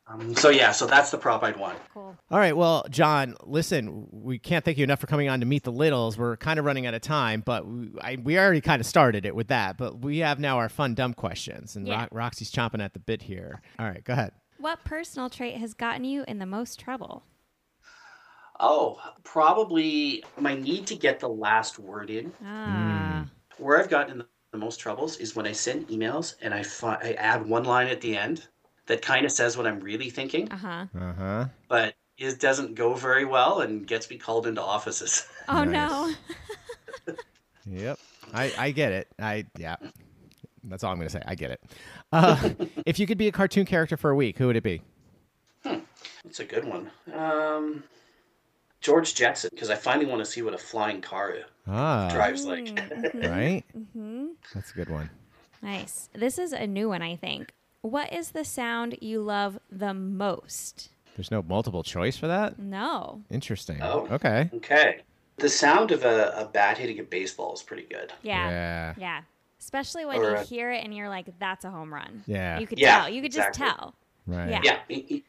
[SPEAKER 8] Um, so yeah, so that's the prop I'd want.
[SPEAKER 4] Cool.
[SPEAKER 3] All right, well, John, listen, we can't thank you enough for coming on to meet the Littles. We're kind of running out of time, but we, I, we already kind of started it with that. But we have now our fun dumb questions, and
[SPEAKER 4] Yeah.
[SPEAKER 3] Ro- Roxy's chomping at the bit here. All right, go ahead.
[SPEAKER 4] What personal trait has gotten you in the most trouble?
[SPEAKER 8] Oh, probably my need to get the last word in.
[SPEAKER 4] Ah.
[SPEAKER 3] Mm.
[SPEAKER 8] Where I've gotten in the, the most troubles is when I send emails and I fi- I add one line at the end that kind of says what I'm really thinking.
[SPEAKER 4] Uh huh.
[SPEAKER 3] Uh huh.
[SPEAKER 8] but it doesn't go very well and gets me called into offices. [laughs]
[SPEAKER 4] Oh
[SPEAKER 3] Nice.
[SPEAKER 4] no.
[SPEAKER 3] Yep. I, I get it. I yeah. That's all I'm gonna say. I get it. [laughs] Uh, if you could be a cartoon character for a week, who would it be?
[SPEAKER 8] It's a good one. Um, George Jetson, because I finally want to see what a flying car
[SPEAKER 3] Ah,
[SPEAKER 8] drives like.
[SPEAKER 3] right.
[SPEAKER 4] Mm-hmm.
[SPEAKER 3] That's a good one.
[SPEAKER 4] Nice. This is a new one, I think. What is the sound you love the most?
[SPEAKER 3] There's no multiple choice for that.
[SPEAKER 4] No.
[SPEAKER 3] Interesting.
[SPEAKER 8] Oh.
[SPEAKER 3] Okay.
[SPEAKER 8] [laughs] Okay. The sound of a, a bat hitting a baseball is pretty good.
[SPEAKER 4] Yeah. Yeah.
[SPEAKER 3] yeah.
[SPEAKER 4] Especially when
[SPEAKER 8] Or
[SPEAKER 4] you
[SPEAKER 8] a-
[SPEAKER 4] hear it and you're like, "That's a home run."
[SPEAKER 3] Yeah.
[SPEAKER 4] You could
[SPEAKER 8] Yeah,
[SPEAKER 4] tell. You could
[SPEAKER 8] exactly.
[SPEAKER 4] just tell.
[SPEAKER 3] Right.
[SPEAKER 4] Yeah.
[SPEAKER 8] Yeah. i-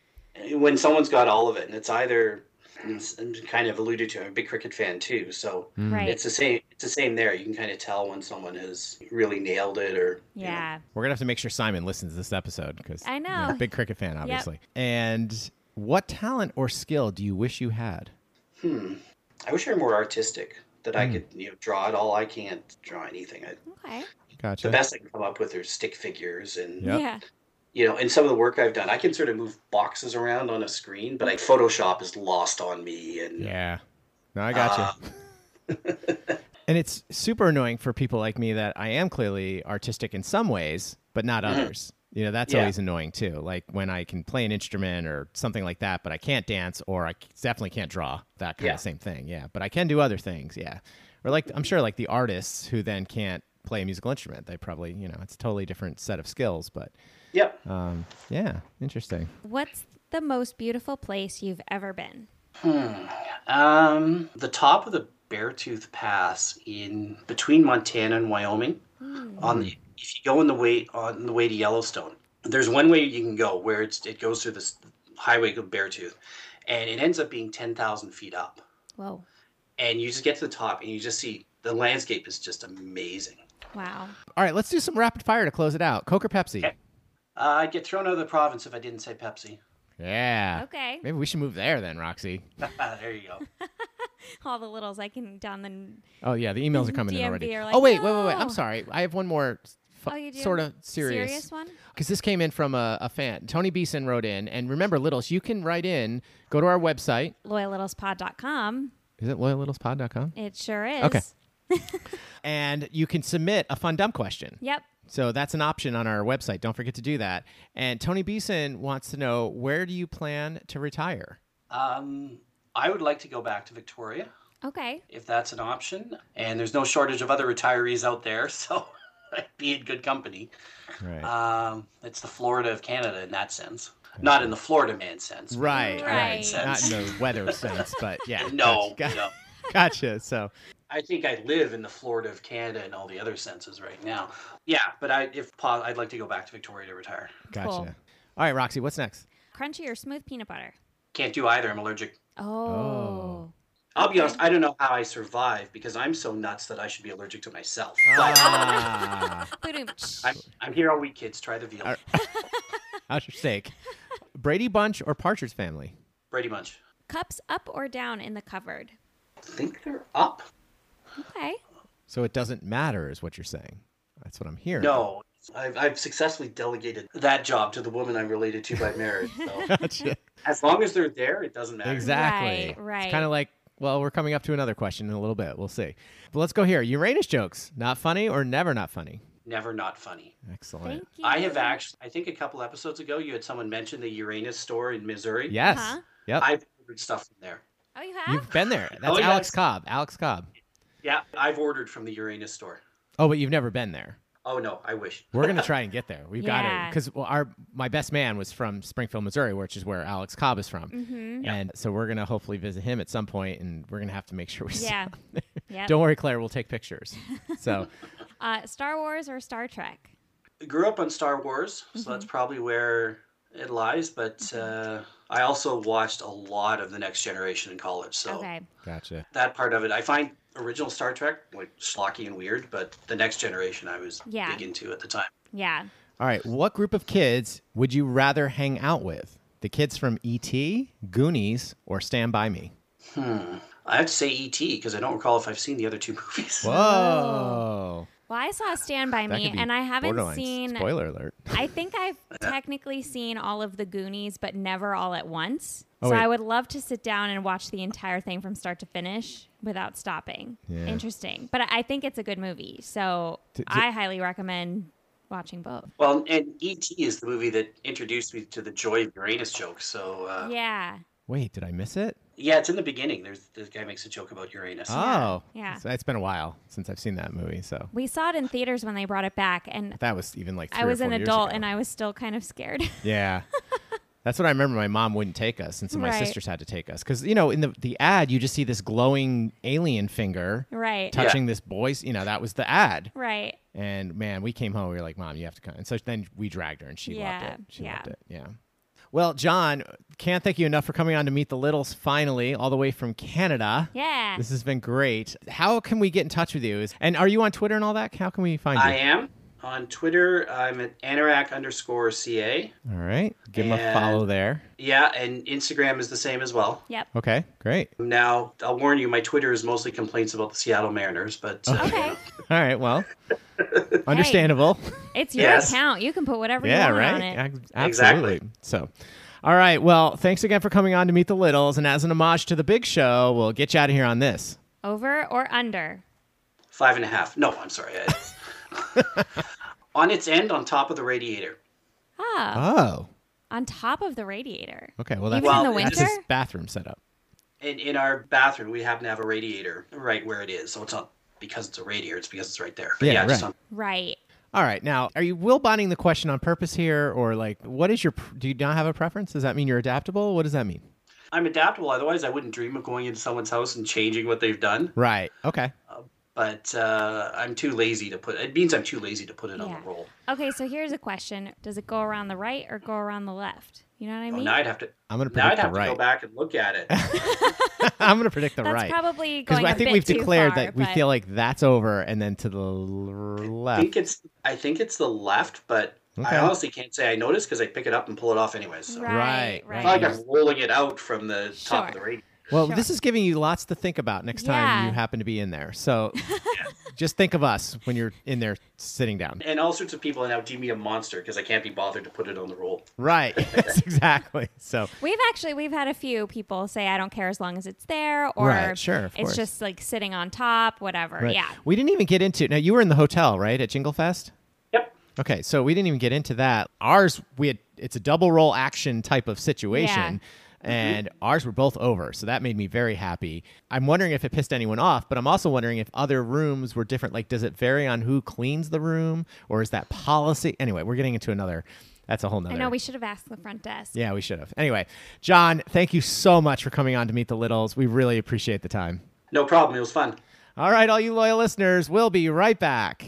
[SPEAKER 8] i- When someone's got all of it, and it's either and s- and kind of alluded to. I'm a big cricket fan too, so
[SPEAKER 3] Mm.
[SPEAKER 4] Right.
[SPEAKER 8] it's the same. It's the same there. You can kind of tell when someone has really nailed it, or you know.
[SPEAKER 4] yeah.
[SPEAKER 3] We're gonna have to make sure Simon listens to this episode because
[SPEAKER 4] I know.
[SPEAKER 3] big
[SPEAKER 4] [laughs]
[SPEAKER 3] cricket fan, obviously. And what talent or skill do you wish you had?
[SPEAKER 8] I wish I were more artistic. That I could you know draw it all. I can't draw anything. I,
[SPEAKER 4] Okay.
[SPEAKER 3] Gotcha.
[SPEAKER 8] the best I can come up with are stick figures and
[SPEAKER 3] Yep.
[SPEAKER 4] Yeah.
[SPEAKER 8] you know, in some of the work I've done, I can sort of move boxes around on a screen, but like Photoshop is lost on me. And
[SPEAKER 3] Yeah. No, I got you.
[SPEAKER 8] Uh,
[SPEAKER 3] [laughs] and it's super annoying for people like me that I am clearly artistic in some ways, but not others. You know, that's
[SPEAKER 8] Mm-hmm. Yeah.
[SPEAKER 3] always annoying too. Like when I can play an instrument or something like that, but I can't dance or I c- definitely can't draw. That kind
[SPEAKER 8] Yeah.
[SPEAKER 3] of same thing. Yeah. But I can do other things. Yeah. Or like, I'm sure like the artists who then can't play a musical instrument, they probably, you know, it's a totally different set of skills. But
[SPEAKER 8] yep,
[SPEAKER 3] um, yeah, interesting.
[SPEAKER 4] What's the most beautiful place you've ever been?
[SPEAKER 8] um, the top of the Beartooth Pass in between Montana and Wyoming, on the if you go on the way on the way to Yellowstone, there's one way you can go where it's it goes through this highway of Beartooth, and it ends up being ten thousand feet up,
[SPEAKER 4] Whoa.
[SPEAKER 8] and you just get to the top and you just see the landscape is just amazing.
[SPEAKER 4] Wow.
[SPEAKER 3] All right, let's do some rapid fire to close it out. Coke or Pepsi?
[SPEAKER 8] Okay. Uh, I'd get thrown out of the province if I didn't say Pepsi. [laughs]
[SPEAKER 3] Yeah.
[SPEAKER 4] Okay.
[SPEAKER 3] Maybe we should move there then, Roxy.
[SPEAKER 8] Ah, there you go.
[SPEAKER 4] All the littles I can down the
[SPEAKER 3] Oh yeah, the emails are coming in
[SPEAKER 4] DMV
[SPEAKER 3] already.
[SPEAKER 4] are
[SPEAKER 3] oh
[SPEAKER 4] like,
[SPEAKER 3] wait, wait, wait, wait. I'm
[SPEAKER 4] "No."
[SPEAKER 3] sorry. I have one more fu-
[SPEAKER 4] Oh, you do?
[SPEAKER 3] sort of serious
[SPEAKER 4] serious one.
[SPEAKER 3] because this came in from a, a fan. Tony Beeson wrote in, and remember, Littles, you can write in. Go to our website.
[SPEAKER 4] Loyallittlespod.com.
[SPEAKER 3] Is it loyallittlespod.com?
[SPEAKER 4] It sure is.
[SPEAKER 3] Okay. And you can submit a fun dumb question.
[SPEAKER 4] Yep.
[SPEAKER 3] So that's an option on our website. Don't forget to do that. And Tony Beeson wants to know where do you plan to retire?
[SPEAKER 8] Um, I would like to go back to Victoria
[SPEAKER 4] Okay.
[SPEAKER 8] if that's an option. And there's no shortage of other retirees out there, [laughs] so I'd be in good company.
[SPEAKER 3] Right.
[SPEAKER 8] Um, it's the Florida of Canada in that sense, not in the Florida man sense. but
[SPEAKER 3] right.
[SPEAKER 8] Right.
[SPEAKER 3] Right. Not in the weather sense, but yeah.
[SPEAKER 8] [laughs] No,
[SPEAKER 3] Gotcha.
[SPEAKER 8] no.
[SPEAKER 3] gotcha. So.
[SPEAKER 8] I think I live in the Florida of Canada and all the other senses right now. Yeah, but I, if po- I'd like to go back to Victoria to retire.
[SPEAKER 3] Gotcha.
[SPEAKER 4] Cool.
[SPEAKER 3] All right, Roxy, what's next?
[SPEAKER 4] Crunchy or smooth peanut butter?
[SPEAKER 8] Can't do either. I'm allergic.
[SPEAKER 4] Oh.
[SPEAKER 8] I'll be honest. I don't know how I survive because I'm so nuts that I should be allergic to myself. But
[SPEAKER 3] Ah,
[SPEAKER 4] Boom.
[SPEAKER 8] I'm, I'm here all week, kids. Try the veal.
[SPEAKER 3] All how's your steak? Brady Bunch or Partridge Family?
[SPEAKER 8] Brady Bunch.
[SPEAKER 4] Cups up or down in the cupboard?
[SPEAKER 8] think they're up.
[SPEAKER 4] Okay.
[SPEAKER 3] So it doesn't matter, is what you're saying. That's what I'm hearing.
[SPEAKER 8] No, I've, I've successfully delegated that job to the woman I'm related to by marriage.
[SPEAKER 3] [laughs]
[SPEAKER 8] So
[SPEAKER 3] [laughs] Gotcha.
[SPEAKER 8] as long as they're there, it doesn't matter.
[SPEAKER 3] Exactly.
[SPEAKER 4] Right, right.
[SPEAKER 3] It's kind of like, well, we're coming up to another question in a little bit. We'll see. But let's go here. Uranus jokes, not funny or never not funny?
[SPEAKER 8] Never not funny.
[SPEAKER 3] Excellent.
[SPEAKER 4] Thank you.
[SPEAKER 8] I have actually, I think a couple episodes ago, you had someone mention the Uranus store in Missouri.
[SPEAKER 3] Yes.
[SPEAKER 4] Uh-huh.
[SPEAKER 3] Yep.
[SPEAKER 8] I've ordered stuff from there.
[SPEAKER 4] Oh, you have?
[SPEAKER 3] You've been
[SPEAKER 8] [laughs]
[SPEAKER 3] there. That's
[SPEAKER 8] Oh,
[SPEAKER 3] Alex
[SPEAKER 8] yes.
[SPEAKER 3] Cobb. Alex Cobb.
[SPEAKER 8] Yeah, I've ordered from the Uranus store.
[SPEAKER 3] Oh, but you've never been there.
[SPEAKER 8] Oh no, I wish.
[SPEAKER 3] We're gonna try and get there. We've
[SPEAKER 4] [laughs]
[SPEAKER 3] got
[SPEAKER 4] Yeah.
[SPEAKER 3] to because our my best man was from Springfield, Missouri, which is where Alex Cobb is from,
[SPEAKER 4] Mm-hmm.
[SPEAKER 3] [laughs] and so we're gonna hopefully visit him at some point, and we're gonna have to make sure we.
[SPEAKER 4] Yeah.
[SPEAKER 3] stop.
[SPEAKER 4] Yep.
[SPEAKER 3] [laughs] Don't worry, Claire. We'll
[SPEAKER 4] [laughs]
[SPEAKER 3] take pictures. So
[SPEAKER 4] Uh, Star Wars or Star Trek?
[SPEAKER 8] Grew up on Star Wars, so
[SPEAKER 4] Mm-hmm.
[SPEAKER 8] that's probably where it lies. But uh, I also watched a lot of the Next Generation in college. So
[SPEAKER 4] Okay.
[SPEAKER 3] gotcha.
[SPEAKER 8] that part of it. I find original Star Trek like schlocky and weird, but the next generation I was
[SPEAKER 4] Yeah.
[SPEAKER 8] big into at the time.
[SPEAKER 4] Yeah.
[SPEAKER 3] All right, what group of kids would you rather hang out with? The kids from E.T., Goonies, or Stand By Me?
[SPEAKER 8] I have to say ET because I don't recall if I've seen the other two [laughs] movies.
[SPEAKER 3] Whoa.
[SPEAKER 4] Well, I saw Stand By
[SPEAKER 3] That
[SPEAKER 4] Me,
[SPEAKER 3] could be
[SPEAKER 4] and I haven't
[SPEAKER 3] borderline
[SPEAKER 4] seen.
[SPEAKER 3] Spoiler alert.
[SPEAKER 4] I think I've technically seen all of the Goonies, but never all at once.
[SPEAKER 3] Oh,
[SPEAKER 4] so
[SPEAKER 3] wait.
[SPEAKER 4] I would love to sit down and watch the entire thing from start to finish without stopping.
[SPEAKER 3] Yeah.
[SPEAKER 4] Interesting. But I- I think it's a good movie. So
[SPEAKER 3] D- d-
[SPEAKER 4] I highly recommend watching both.
[SPEAKER 8] Well, and ET is the movie that introduced me to the joy of Uranus joke. So uh, yeah.
[SPEAKER 4] Yeah.
[SPEAKER 3] Wait, did I miss it?
[SPEAKER 8] it's in the beginning. There's this guy makes a joke about Uranus.
[SPEAKER 3] Oh,
[SPEAKER 4] Yeah.
[SPEAKER 3] So it's been a while since I've seen that movie, so
[SPEAKER 4] We saw it in theaters when they brought it back, and
[SPEAKER 3] that was even like. Three
[SPEAKER 4] I
[SPEAKER 3] or
[SPEAKER 4] was an
[SPEAKER 3] four years
[SPEAKER 4] adult
[SPEAKER 3] ago.
[SPEAKER 4] and I was still kind of scared. [laughs]
[SPEAKER 3] Yeah. That's what I remember. My mom wouldn't take us, and so my
[SPEAKER 4] Right.
[SPEAKER 3] sisters had to take us. Because you know, in the the ad, you just see this glowing alien finger
[SPEAKER 4] right.
[SPEAKER 3] touching this boy's. You know, that was the ad.
[SPEAKER 4] Right.
[SPEAKER 3] And man, we came home. We were like, "Mom, you have to come." And so then we dragged her, and she
[SPEAKER 4] Yeah,
[SPEAKER 3] loved it. She
[SPEAKER 4] yeah.
[SPEAKER 3] loved it. Yeah. Well, John, can't thank you enough for coming on to meet the Littles finally, all the way from Canada.
[SPEAKER 4] Yeah.
[SPEAKER 3] This has been great. How can we get in touch with you? Is- And are you on Twitter and all that? How can we find
[SPEAKER 8] I
[SPEAKER 3] you?
[SPEAKER 8] am on Twitter. I'm at anorak underscore ca.
[SPEAKER 3] All right. Give them a follow
[SPEAKER 8] And-
[SPEAKER 3] there.
[SPEAKER 8] Yeah, and Instagram is the same as well.
[SPEAKER 4] Yep.
[SPEAKER 3] Okay, great.
[SPEAKER 8] Now, I'll warn you, my Twitter is mostly complaints about the Seattle Mariners, but uh,
[SPEAKER 4] Okay.
[SPEAKER 3] [laughs] All
[SPEAKER 4] [laughs]
[SPEAKER 3] right, well, understandable.
[SPEAKER 4] It's your
[SPEAKER 8] Yes.
[SPEAKER 4] account. You can put whatever
[SPEAKER 3] yeah,
[SPEAKER 4] you want
[SPEAKER 3] right.
[SPEAKER 4] on it.
[SPEAKER 3] Ac- Absolutely. So, all right, well, thanks again for coming on to meet the Littles. And as an homage to the big show, we'll get you out of here on this.
[SPEAKER 4] Over or under.
[SPEAKER 8] five and a half. No, I'm sorry. I- on its end, on top of the radiator.
[SPEAKER 4] Ah,
[SPEAKER 3] Oh,
[SPEAKER 4] on top of the radiator.
[SPEAKER 3] okay. Well, that's,
[SPEAKER 8] Even in the
[SPEAKER 3] that's
[SPEAKER 4] winter?
[SPEAKER 3] his bathroom setup.
[SPEAKER 8] In, in our bathroom, we happen to have a radiator right where it is. So it's not because it's a radiator, it's because it's right there. But
[SPEAKER 3] Yeah,
[SPEAKER 8] just
[SPEAKER 3] right.
[SPEAKER 8] on-
[SPEAKER 4] Right.
[SPEAKER 3] All right, now are you will bonding the question on purpose here, or like what is your? pr- Do you not have a preference? Does that mean you're adaptable? What does that mean?
[SPEAKER 8] I'm adaptable. Otherwise, I wouldn't dream of going into someone's house and changing what they've done.
[SPEAKER 3] Right. Okay.
[SPEAKER 8] But uh, I'm too lazy to put it. means I'm too lazy to put it on
[SPEAKER 4] Yeah.
[SPEAKER 8] the roll.
[SPEAKER 4] Okay, so here's a question. Does it go around the right or go around the left? You know what I
[SPEAKER 8] Oh,
[SPEAKER 4] mean?
[SPEAKER 8] now I'd have to.
[SPEAKER 3] I'm gonna
[SPEAKER 8] Now I'd
[SPEAKER 3] predict the
[SPEAKER 8] have to
[SPEAKER 3] right.
[SPEAKER 8] go back and look at it.
[SPEAKER 3] [laughs] I'm gonna predict the
[SPEAKER 4] That's
[SPEAKER 3] right.
[SPEAKER 4] probably
[SPEAKER 3] Because
[SPEAKER 4] going
[SPEAKER 3] I
[SPEAKER 4] a
[SPEAKER 3] think
[SPEAKER 4] bit
[SPEAKER 3] we've
[SPEAKER 4] too
[SPEAKER 3] declared
[SPEAKER 4] far,
[SPEAKER 3] that we
[SPEAKER 4] but-
[SPEAKER 3] feel like that's over, and then to the l-
[SPEAKER 8] I think
[SPEAKER 3] left.
[SPEAKER 8] it's I think it's the left, but
[SPEAKER 3] Okay.
[SPEAKER 8] I honestly can't say I noticed because I pick it up and pull it off anyways. So
[SPEAKER 4] Right,
[SPEAKER 3] Right,
[SPEAKER 8] it's
[SPEAKER 4] right.
[SPEAKER 8] not like I'm rolling it out from the top of the
[SPEAKER 4] Sure.
[SPEAKER 8] radio.
[SPEAKER 3] Well,
[SPEAKER 4] Sure.
[SPEAKER 3] this is giving you lots to think about next time
[SPEAKER 4] Yeah.
[SPEAKER 3] you happen to be in
[SPEAKER 4] [laughs]
[SPEAKER 3] there. So just think of us when you're in there sitting down.
[SPEAKER 8] And all sorts of people are now deem me a monster because I can't be bothered to put it on the roll.
[SPEAKER 4] [laughs]
[SPEAKER 3] Right. [laughs] Yes, exactly. So
[SPEAKER 4] We've actually we've had a few people say I don't care as long as it's there or
[SPEAKER 3] Right, sure, of
[SPEAKER 4] it's
[SPEAKER 3] course.
[SPEAKER 4] just like sitting on top, whatever.
[SPEAKER 3] right.
[SPEAKER 4] Yeah.
[SPEAKER 3] we didn't even get into. Now you were in the hotel, right, at Jingle Fest.
[SPEAKER 8] Yep.
[SPEAKER 3] Okay, so we didn't even get into that. Ours, we had it's a double roll action type of situation,
[SPEAKER 4] Mm-hmm.
[SPEAKER 3] and ours were both over, so that made me very happy. I'm wondering if it pissed anyone off, but I'm also wondering if other rooms were different. Like, does it vary on who cleans the room, or is that policy? Anyway, we're getting into another. That's a whole nother.
[SPEAKER 4] I know we should have asked the front desk.
[SPEAKER 3] yeah, we should have. Anyway, John, thank you so much for coming on to meet the Littles. We really appreciate the time.
[SPEAKER 8] No problem. It was fun.
[SPEAKER 3] All right, all you loyal listeners, we'll be right back.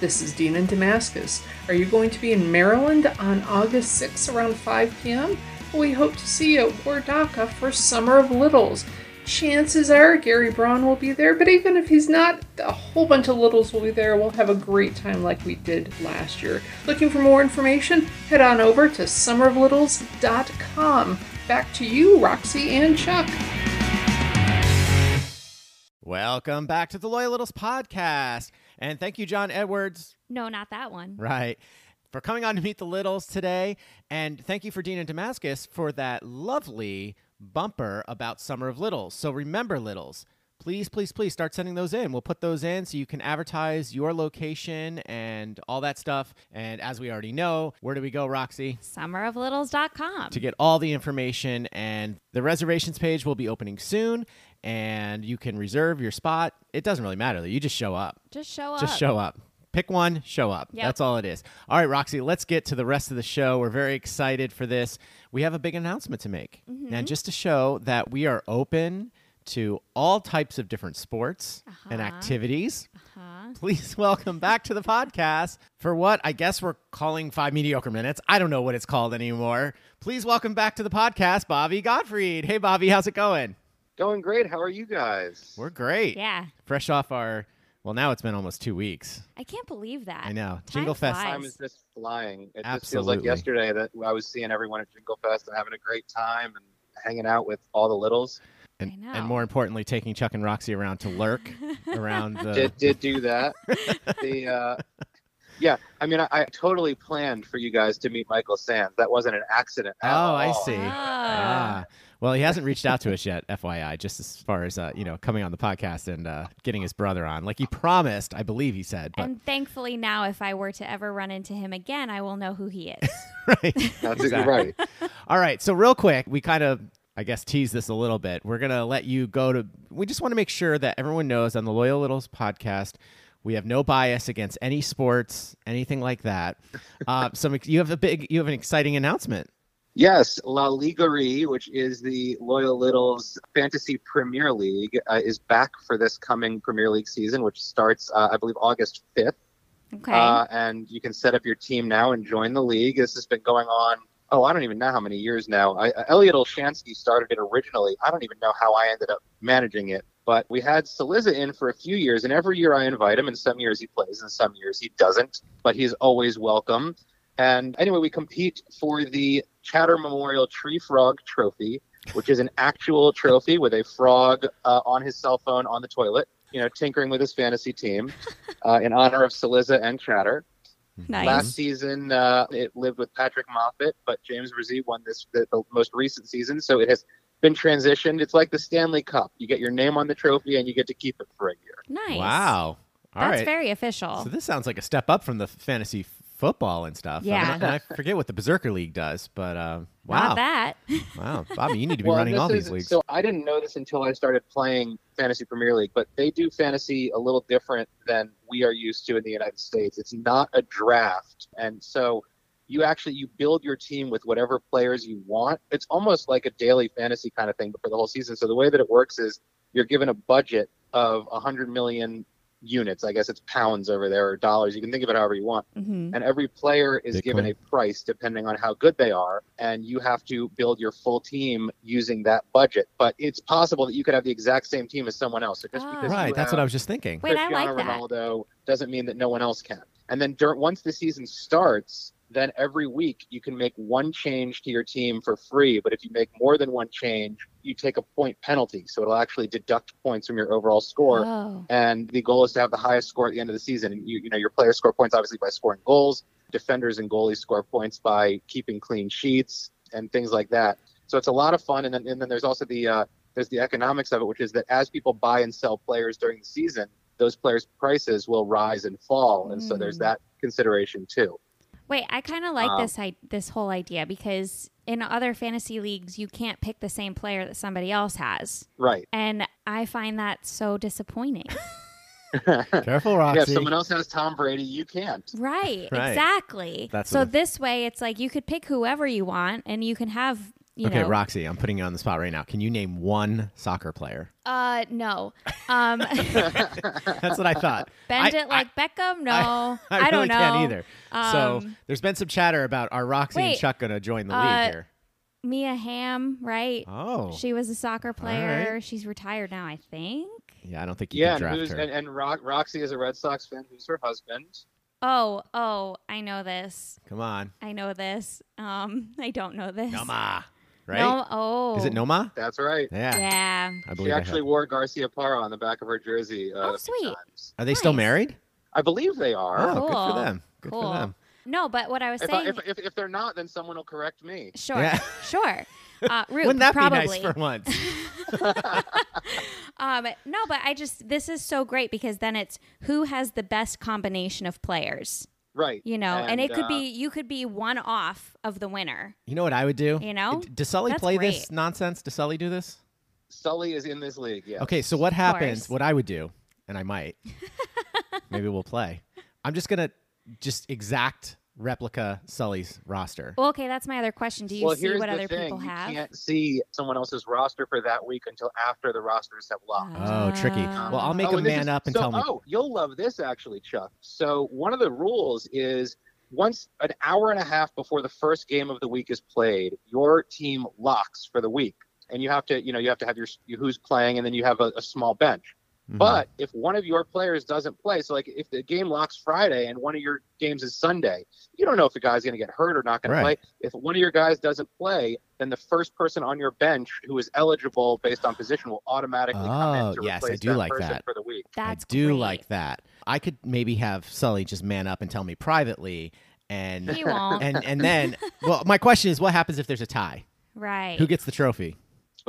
[SPEAKER 7] This is Dean in Damascus. Are you going to be in Maryland on August 6th around 5 p.m.? We hope to see you at Wardaka for Summer of Littles. Chances are Gary Braun will be there, but even if he's not, a whole bunch of Littles will be there. We'll have a great time like we did last year. Looking for more information? Head on over to summeroflittles.com. Back to you, Roxy and Chuck.
[SPEAKER 3] Welcome back to the Loyal Littles podcast. And thank you, John Edwards, [laughs]
[SPEAKER 4] No, not that one.
[SPEAKER 3] right, for coming on to meet the Littles today. And thank you for Dean and Damascus for that lovely bumper about Summer of Littles. So remember, Littles, please, please, please start sending those in. We'll put those in so you can advertise your location and all that stuff. And as we already know, where do we go, Roxy?
[SPEAKER 4] Summeroflittles.com.
[SPEAKER 3] to get all the information. And the reservations page will be opening soon, and you can reserve your spot. It doesn't really matter. You just show up.
[SPEAKER 4] Just show up.
[SPEAKER 3] Just show up. Pick one, show up.
[SPEAKER 4] Yep.
[SPEAKER 3] That's all it is. All right, Roxy, let's get to the rest of the show. We're very excited for this. We have a big announcement to make.
[SPEAKER 4] Mm-hmm.
[SPEAKER 3] And just to show that we are open to all types of different sports
[SPEAKER 4] Uh-huh.
[SPEAKER 3] and activities, please [laughs] welcome back to the podcast for what I guess we're calling Five Mediocre Minutes. I don't know what it's called anymore. Please welcome back to the podcast, Bobby Gottfried. Hey, Bobby, how's it going?
[SPEAKER 9] Going great. How are you guys?
[SPEAKER 3] We're great.
[SPEAKER 4] Yeah.
[SPEAKER 3] Fresh off our, well, now it's been almost two weeks.
[SPEAKER 4] I can't believe that.
[SPEAKER 3] I know.
[SPEAKER 4] Uh, Time
[SPEAKER 3] Jingle Fest.
[SPEAKER 4] flies.
[SPEAKER 9] Time is just flying. It just feels like
[SPEAKER 3] Absolutely.
[SPEAKER 9] yesterday that I was seeing everyone at Jingle Fest and having a great time and hanging out with all the littles.
[SPEAKER 3] and,
[SPEAKER 4] I
[SPEAKER 3] and
[SPEAKER 4] know.
[SPEAKER 3] more importantly, taking Chuck and Roxy around
[SPEAKER 4] [laughs]
[SPEAKER 3] to lurk around the.
[SPEAKER 9] Did did do
[SPEAKER 3] [laughs]
[SPEAKER 9] that. the uh, yeah, I mean, I, I totally planned for you guys to meet Michael Sands. That wasn't an accident.
[SPEAKER 3] oh,
[SPEAKER 9] at
[SPEAKER 3] I
[SPEAKER 9] all.
[SPEAKER 3] see.
[SPEAKER 4] Uh.
[SPEAKER 3] Ah. Well, he hasn't reached out to us yet, FYI, just as far as, uh, you know, coming on the podcast and uh, getting his brother on. Like he promised, I believe he said, but
[SPEAKER 4] And thankfully now if I were to ever run into him again, I will know who he
[SPEAKER 3] [laughs]
[SPEAKER 4] is.
[SPEAKER 3] [laughs] right.
[SPEAKER 9] That's
[SPEAKER 3] Exactly.
[SPEAKER 9] right.
[SPEAKER 3] All right. So, real quick, we kind of, I guess, tease this a little bit. We're going to let you go to, we just want to make sure that everyone knows on the Loyal Littles podcast, we have no bias against any sports, anything
[SPEAKER 9] [laughs]
[SPEAKER 3] like that. Uh, so, you have a big, you have an exciting announcement.
[SPEAKER 9] Yes, La Ligerie, which is the Loyal Littles Fantasy Premier League, uh, is back for this coming Premier League season, which starts, uh, I believe, August 5th.
[SPEAKER 4] Okay.
[SPEAKER 9] Uh, and you can set up your team now and join the league. This has been going on. Oh, I don't even know how many years now. I, uh, Elliot Olshansky started it originally. I don't even know how I ended up managing it. But we had Saliza in for a few years, and every year I invite him, and some years he plays, and some years he doesn't. But he's always welcome. And anyway, we compete for the Chatter Memorial Tree Frog Trophy, which is an actual trophy with a frog uh, on his cell phone on the toilet, you know, tinkering with his fantasy team uh, in honor of Saliza and Chatter.
[SPEAKER 4] nice.
[SPEAKER 9] Last season, uh, it lived with Patrick Moffat, but James Rizzi won this the, the most recent season, so it has been transitioned. It's like the Stanley Cup. You get your name on the trophy and you get to keep it for a year.
[SPEAKER 4] nice.
[SPEAKER 3] Wow. All right.
[SPEAKER 4] That's very official.
[SPEAKER 3] So this sounds like a step up from the fantasy f- football and stuff.
[SPEAKER 4] Yeah.
[SPEAKER 3] I, don't know- and I forget what the Berserker League does, but um, wow,
[SPEAKER 4] Not that.
[SPEAKER 3] wow, Bobby, you need to be
[SPEAKER 9] Well,
[SPEAKER 3] running
[SPEAKER 9] this
[SPEAKER 3] all
[SPEAKER 9] is-
[SPEAKER 3] these leagues.
[SPEAKER 9] So I didn't know this until I started playing Fantasy Premier League, but they do fantasy a little different than we are used to in the United States. It's not a draft, and so you actually you build your team with whatever players you want. It's almost like a daily fantasy kind of thing, but for the whole season. So the way that it works is you're given a budget of 100 million units. I guess it's pounds over there or dollars. You can think of it however you want
[SPEAKER 4] hmm
[SPEAKER 9] and every player is
[SPEAKER 3] Bitcoin.
[SPEAKER 9] given a price depending on how good they are and you have to build your full team using that budget but it's possible that you could have the exact same team as someone else so just
[SPEAKER 4] Ah.
[SPEAKER 9] because you
[SPEAKER 3] Right, that's
[SPEAKER 9] have
[SPEAKER 3] what I was just thinking.
[SPEAKER 4] Wait, I
[SPEAKER 9] Cristiano
[SPEAKER 4] like that.
[SPEAKER 9] Ronaldo doesn't mean that no one else can and then dur- once the season starts then every week you can make one change to your team for free but if you make more than one change you take a point penalty so it'll actually deduct points from your overall score
[SPEAKER 4] oh.
[SPEAKER 9] and the goal is to have the highest score at the end of the season. And you, you know, your players score points obviously by scoring goals. Defenders and goalies score points by keeping clean sheets and things like that. So it's a lot of fun. And then, and then there's also the uh, there's the economics of it, which is that as people buy and sell players during the season, those players' prices will rise and fall. And so there's
[SPEAKER 4] Mm.
[SPEAKER 9] that consideration too.
[SPEAKER 4] Wait, I kind of like
[SPEAKER 9] Um,
[SPEAKER 4] this I- this whole idea because in other fantasy leagues you can't pick the same player that somebody else has,
[SPEAKER 9] Right.
[SPEAKER 4] and I find that so
[SPEAKER 9] [laughs]
[SPEAKER 4] disappointing.
[SPEAKER 9] yeah,
[SPEAKER 3] Careful, Roxy.
[SPEAKER 9] if someone else has Tom Brady, you can't.
[SPEAKER 4] right,
[SPEAKER 3] Right.
[SPEAKER 4] Exactly.
[SPEAKER 3] That's
[SPEAKER 4] so
[SPEAKER 3] what I-
[SPEAKER 4] this way, it's like you could pick whoever you want, and you can have you
[SPEAKER 3] okay,
[SPEAKER 4] know.
[SPEAKER 3] Roxy, I'm putting you on the spot right now. Can you name one
[SPEAKER 4] [laughs]
[SPEAKER 3] soccer player?
[SPEAKER 4] Uh, no.
[SPEAKER 3] [laughs]
[SPEAKER 4] Um, [laughs] bend
[SPEAKER 3] That's what I thought. I-
[SPEAKER 4] it like Beckham? No, I,
[SPEAKER 3] I, [laughs] I really
[SPEAKER 4] don't know.
[SPEAKER 3] can't either. so
[SPEAKER 4] Um,
[SPEAKER 3] there's been some chatter about are Roxy and
[SPEAKER 4] wait,
[SPEAKER 3] Chuck going to join the
[SPEAKER 4] uh,
[SPEAKER 3] league here?
[SPEAKER 4] Mia Ham, right?
[SPEAKER 3] Oh,
[SPEAKER 4] She was a soccer player.
[SPEAKER 3] right.
[SPEAKER 4] She's retired now, I think.
[SPEAKER 3] yeah. I don't think you
[SPEAKER 9] Yeah,
[SPEAKER 3] can
[SPEAKER 9] and,
[SPEAKER 3] draft
[SPEAKER 9] who's,
[SPEAKER 3] her.
[SPEAKER 9] and, and Ro- Roxy is a Red Sox fan. Who's her husband?
[SPEAKER 4] Oh, oh, I know this.
[SPEAKER 3] Come on,
[SPEAKER 4] I know this. Um, [laughs] I don't know this.
[SPEAKER 3] Noma, right?
[SPEAKER 4] No, oh.
[SPEAKER 3] Is it Noma?
[SPEAKER 9] That's right.
[SPEAKER 3] Yeah,
[SPEAKER 4] Yeah.
[SPEAKER 3] I
[SPEAKER 9] She
[SPEAKER 3] believe. I have.
[SPEAKER 9] actually wore Garcia Parra on the back of her jersey. Uh,
[SPEAKER 4] Oh,
[SPEAKER 9] a few
[SPEAKER 4] sweet.
[SPEAKER 9] times.
[SPEAKER 3] Are they still
[SPEAKER 4] Nice.
[SPEAKER 3] married?
[SPEAKER 9] I believe they are.
[SPEAKER 3] Oh, good for
[SPEAKER 4] Cool.
[SPEAKER 3] them. Good
[SPEAKER 4] cool.
[SPEAKER 3] for them.
[SPEAKER 4] No, but what I was
[SPEAKER 9] if, I,
[SPEAKER 4] saying.
[SPEAKER 9] if, if, if they're not, then someone will correct me.
[SPEAKER 4] sure,
[SPEAKER 3] Yeah.
[SPEAKER 4] [laughs]
[SPEAKER 3] [laughs]
[SPEAKER 4] sure. Uh, Rube,
[SPEAKER 3] Wouldn't that
[SPEAKER 4] probably.
[SPEAKER 3] be nice for once?
[SPEAKER 4] um, no, but I just this is so great because then it's who has the best combination of players,
[SPEAKER 9] Right.
[SPEAKER 4] you know, and, it could
[SPEAKER 9] uh,
[SPEAKER 4] be you could be one off of the winner.
[SPEAKER 3] You know what I would do?
[SPEAKER 4] You know?
[SPEAKER 3] D- Does Sully
[SPEAKER 4] That's
[SPEAKER 3] play
[SPEAKER 4] great.
[SPEAKER 3] this nonsense? Does Sully do this?
[SPEAKER 9] Sully is in this league. Yeah.
[SPEAKER 3] Okay, so what happens?
[SPEAKER 4] course.
[SPEAKER 3] What I would do, and
[SPEAKER 4] [laughs]
[SPEAKER 3] I might, maybe we'll play. I'm just gonna just exact replica Sully's roster.
[SPEAKER 4] Well, okay, that's my other question. Do you
[SPEAKER 9] well,
[SPEAKER 4] see
[SPEAKER 9] here's
[SPEAKER 4] what
[SPEAKER 9] the
[SPEAKER 4] other
[SPEAKER 9] thing.
[SPEAKER 4] people
[SPEAKER 9] you
[SPEAKER 4] have?
[SPEAKER 9] can't see someone else's roster for that week until after the rosters have locked.
[SPEAKER 3] Oh, tricky.
[SPEAKER 4] Um,
[SPEAKER 3] Well, I'll make
[SPEAKER 9] Oh,
[SPEAKER 3] a
[SPEAKER 9] and this
[SPEAKER 3] man
[SPEAKER 9] is-
[SPEAKER 3] up and
[SPEAKER 9] so-
[SPEAKER 3] tell me.
[SPEAKER 9] Oh, you'll love this actually, Chuck. So one of the rules is once an hour and a half before the first game of the week is played, your team locks for the week, and you have to, you know, you have to have your who's playing, and then you have a, a small bench.
[SPEAKER 3] Mhm.
[SPEAKER 9] But if one of your players doesn't play, so like if the game locks Friday and one of your games is Sunday, you don't know if a guy's going to get hurt or not going
[SPEAKER 3] Right.
[SPEAKER 9] to play. If one of your guys doesn't play, then the first person on your bench who is eligible based on position will automatically come
[SPEAKER 3] Oh,
[SPEAKER 9] in to
[SPEAKER 3] yes, I
[SPEAKER 9] replace
[SPEAKER 3] do
[SPEAKER 9] that
[SPEAKER 3] like
[SPEAKER 9] person
[SPEAKER 3] that.
[SPEAKER 9] for the week.
[SPEAKER 4] That's
[SPEAKER 3] I do
[SPEAKER 4] great.
[SPEAKER 3] like that. I could maybe have Sully just man up and tell me privately, and [laughs]
[SPEAKER 4] He won't.
[SPEAKER 3] and and then. Well, my question is, what happens if there's a tie?
[SPEAKER 4] right.
[SPEAKER 3] Who gets the trophy?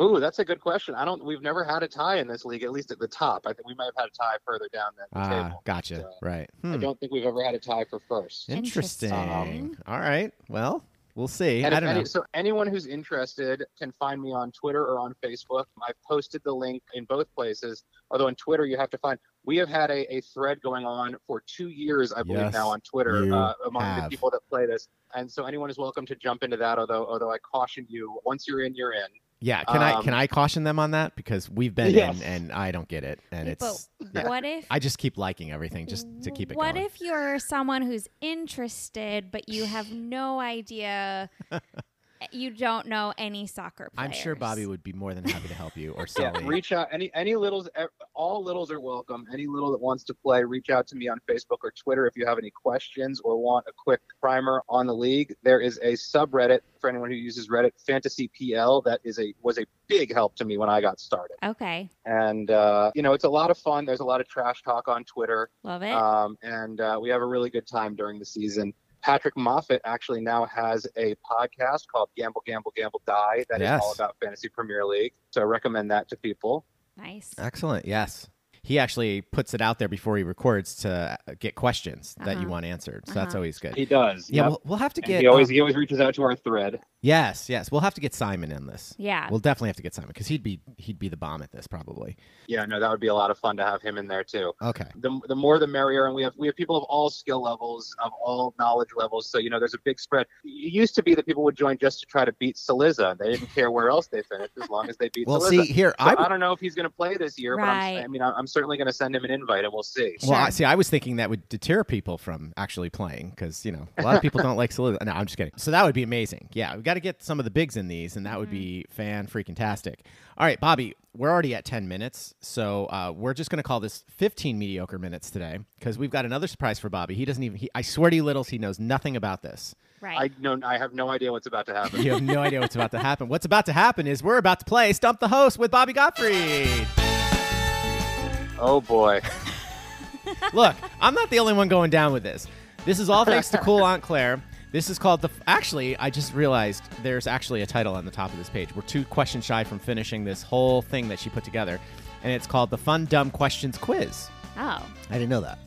[SPEAKER 9] Ooh, that's a good question. I don't. We've never had a tie in this league, at least at the top. I think we might have had a tie further down that
[SPEAKER 3] Ah,
[SPEAKER 9] table.
[SPEAKER 3] gotcha.
[SPEAKER 9] So,
[SPEAKER 3] Right.
[SPEAKER 9] I
[SPEAKER 3] Hmm.
[SPEAKER 9] don't think we've ever had a tie for first.
[SPEAKER 3] Interesting.
[SPEAKER 4] Interesting.
[SPEAKER 3] All right. Well, we'll see.
[SPEAKER 9] And
[SPEAKER 3] I
[SPEAKER 9] if
[SPEAKER 3] don't
[SPEAKER 9] any,
[SPEAKER 3] know.
[SPEAKER 9] so anyone who's interested can find me on Twitter or on Facebook. I've posted the link in both places. Although on Twitter you have to find. We have had a, a thread going on for two years, I believe,
[SPEAKER 3] Yes,
[SPEAKER 9] now on Twitter
[SPEAKER 3] you
[SPEAKER 9] uh, among
[SPEAKER 3] have.
[SPEAKER 9] the people that play this. And so anyone is welcome to jump into that. Although, although I caution you, once you're in, you're in.
[SPEAKER 3] Yeah, can I
[SPEAKER 9] Um,
[SPEAKER 3] can I caution them on that because we've been
[SPEAKER 2] Yes.
[SPEAKER 3] in and I don't get it and
[SPEAKER 4] Yeah,
[SPEAKER 3] it's
[SPEAKER 4] but
[SPEAKER 3] [laughs] yeah.
[SPEAKER 4] what if
[SPEAKER 3] I just keep liking everything just to keep it
[SPEAKER 4] what
[SPEAKER 3] going.
[SPEAKER 4] if you're someone who's interested but you
[SPEAKER 3] [laughs]
[SPEAKER 4] have no idea eh, you don't know any soccer players
[SPEAKER 3] I'm sure Bobby would be more than happy to
[SPEAKER 9] [laughs]
[SPEAKER 3] help you or Sully.
[SPEAKER 9] reach out any any littles e- all littles are welcome any little that wants to play reach out to me on facebook or twitter if you have any questions or want a quick primer on the league there is a subreddit for anyone who uses reddit fantasy pl that is a was a big help to me when i got started
[SPEAKER 4] okay
[SPEAKER 9] and uh, you know it's a lot of fun there's a lot of trash talk on twitter
[SPEAKER 4] love
[SPEAKER 3] Eh.
[SPEAKER 4] it
[SPEAKER 9] um, and uh, we have a really good time during the season Patrick Moffat actually now has a podcast called Gamble, Gamble, Gamble, Die that is
[SPEAKER 3] Yes.
[SPEAKER 9] all about Fantasy Premier League. So I recommend that to people.
[SPEAKER 4] nice
[SPEAKER 3] Excellent. Yes. He actually puts it out there before he records to uh, get questions that you
[SPEAKER 4] Uh-huh.
[SPEAKER 3] want answered. So that's
[SPEAKER 4] Uh-huh.
[SPEAKER 3] always good.
[SPEAKER 9] He does.
[SPEAKER 3] yeah,
[SPEAKER 9] yep.
[SPEAKER 3] we'll, we'll have to
[SPEAKER 9] And
[SPEAKER 3] get
[SPEAKER 9] he always
[SPEAKER 3] um,
[SPEAKER 9] he always reaches out to our thread.
[SPEAKER 3] Yes, yes. We'll have to get Simon in this.
[SPEAKER 4] yeah
[SPEAKER 3] We'll definitely have to get Simon because he'd be he'd be the bomb at this probably.
[SPEAKER 9] Yeah, no, that would be a lot of fun to have him in there too.
[SPEAKER 3] Okay.
[SPEAKER 9] The, the more the merrier, and we have we have people of all skill levels, of all knowledge levels. So you know, there's a big spread. It used to be that people would join just to try to beat Saliza. They didn't care where else they finished as long as they beat
[SPEAKER 3] Well,
[SPEAKER 9] Saliza.
[SPEAKER 3] see here,
[SPEAKER 9] So
[SPEAKER 3] I
[SPEAKER 9] I don't know if he's going to play this year, but I'm,
[SPEAKER 4] Right.
[SPEAKER 9] I mean, I- I'm certainly going to send him an invite, and we'll see.
[SPEAKER 3] Well, I, see, I was thinking that would deter people from actually playing because you know a lot of people don't like Solid. No, I'm just kidding. So that would be amazing. Yeah, we got to get some of the bigs in these, and that would be fan freaking tastic. All right, Bobby, we're already at 10 minutes, so uh, we're just going to call this 15 mediocre minutes today because we've got another surprise for Bobby. He doesn't even. He, I swear to you, Littles, he knows nothing about this.
[SPEAKER 9] I
[SPEAKER 4] right
[SPEAKER 9] know I have no idea what's about to
[SPEAKER 3] [laughs]
[SPEAKER 9] happen.
[SPEAKER 3] You have no idea what's about to happen. What's about to happen is we're about to play Stump the Host with Bobby Gottfried.
[SPEAKER 9] oh boy.
[SPEAKER 3] Look, I'm not the only one going down with this. This is
[SPEAKER 4] [laughs]
[SPEAKER 3] all thanks to cool Aunt Claire. This is called the. Actually, I just realized there's actually a title on the top of this page. We're two questions shy from finishing this whole thing that she put together, and it's called the Fun Dumb Questions Quiz.
[SPEAKER 4] oh
[SPEAKER 3] I didn't know that.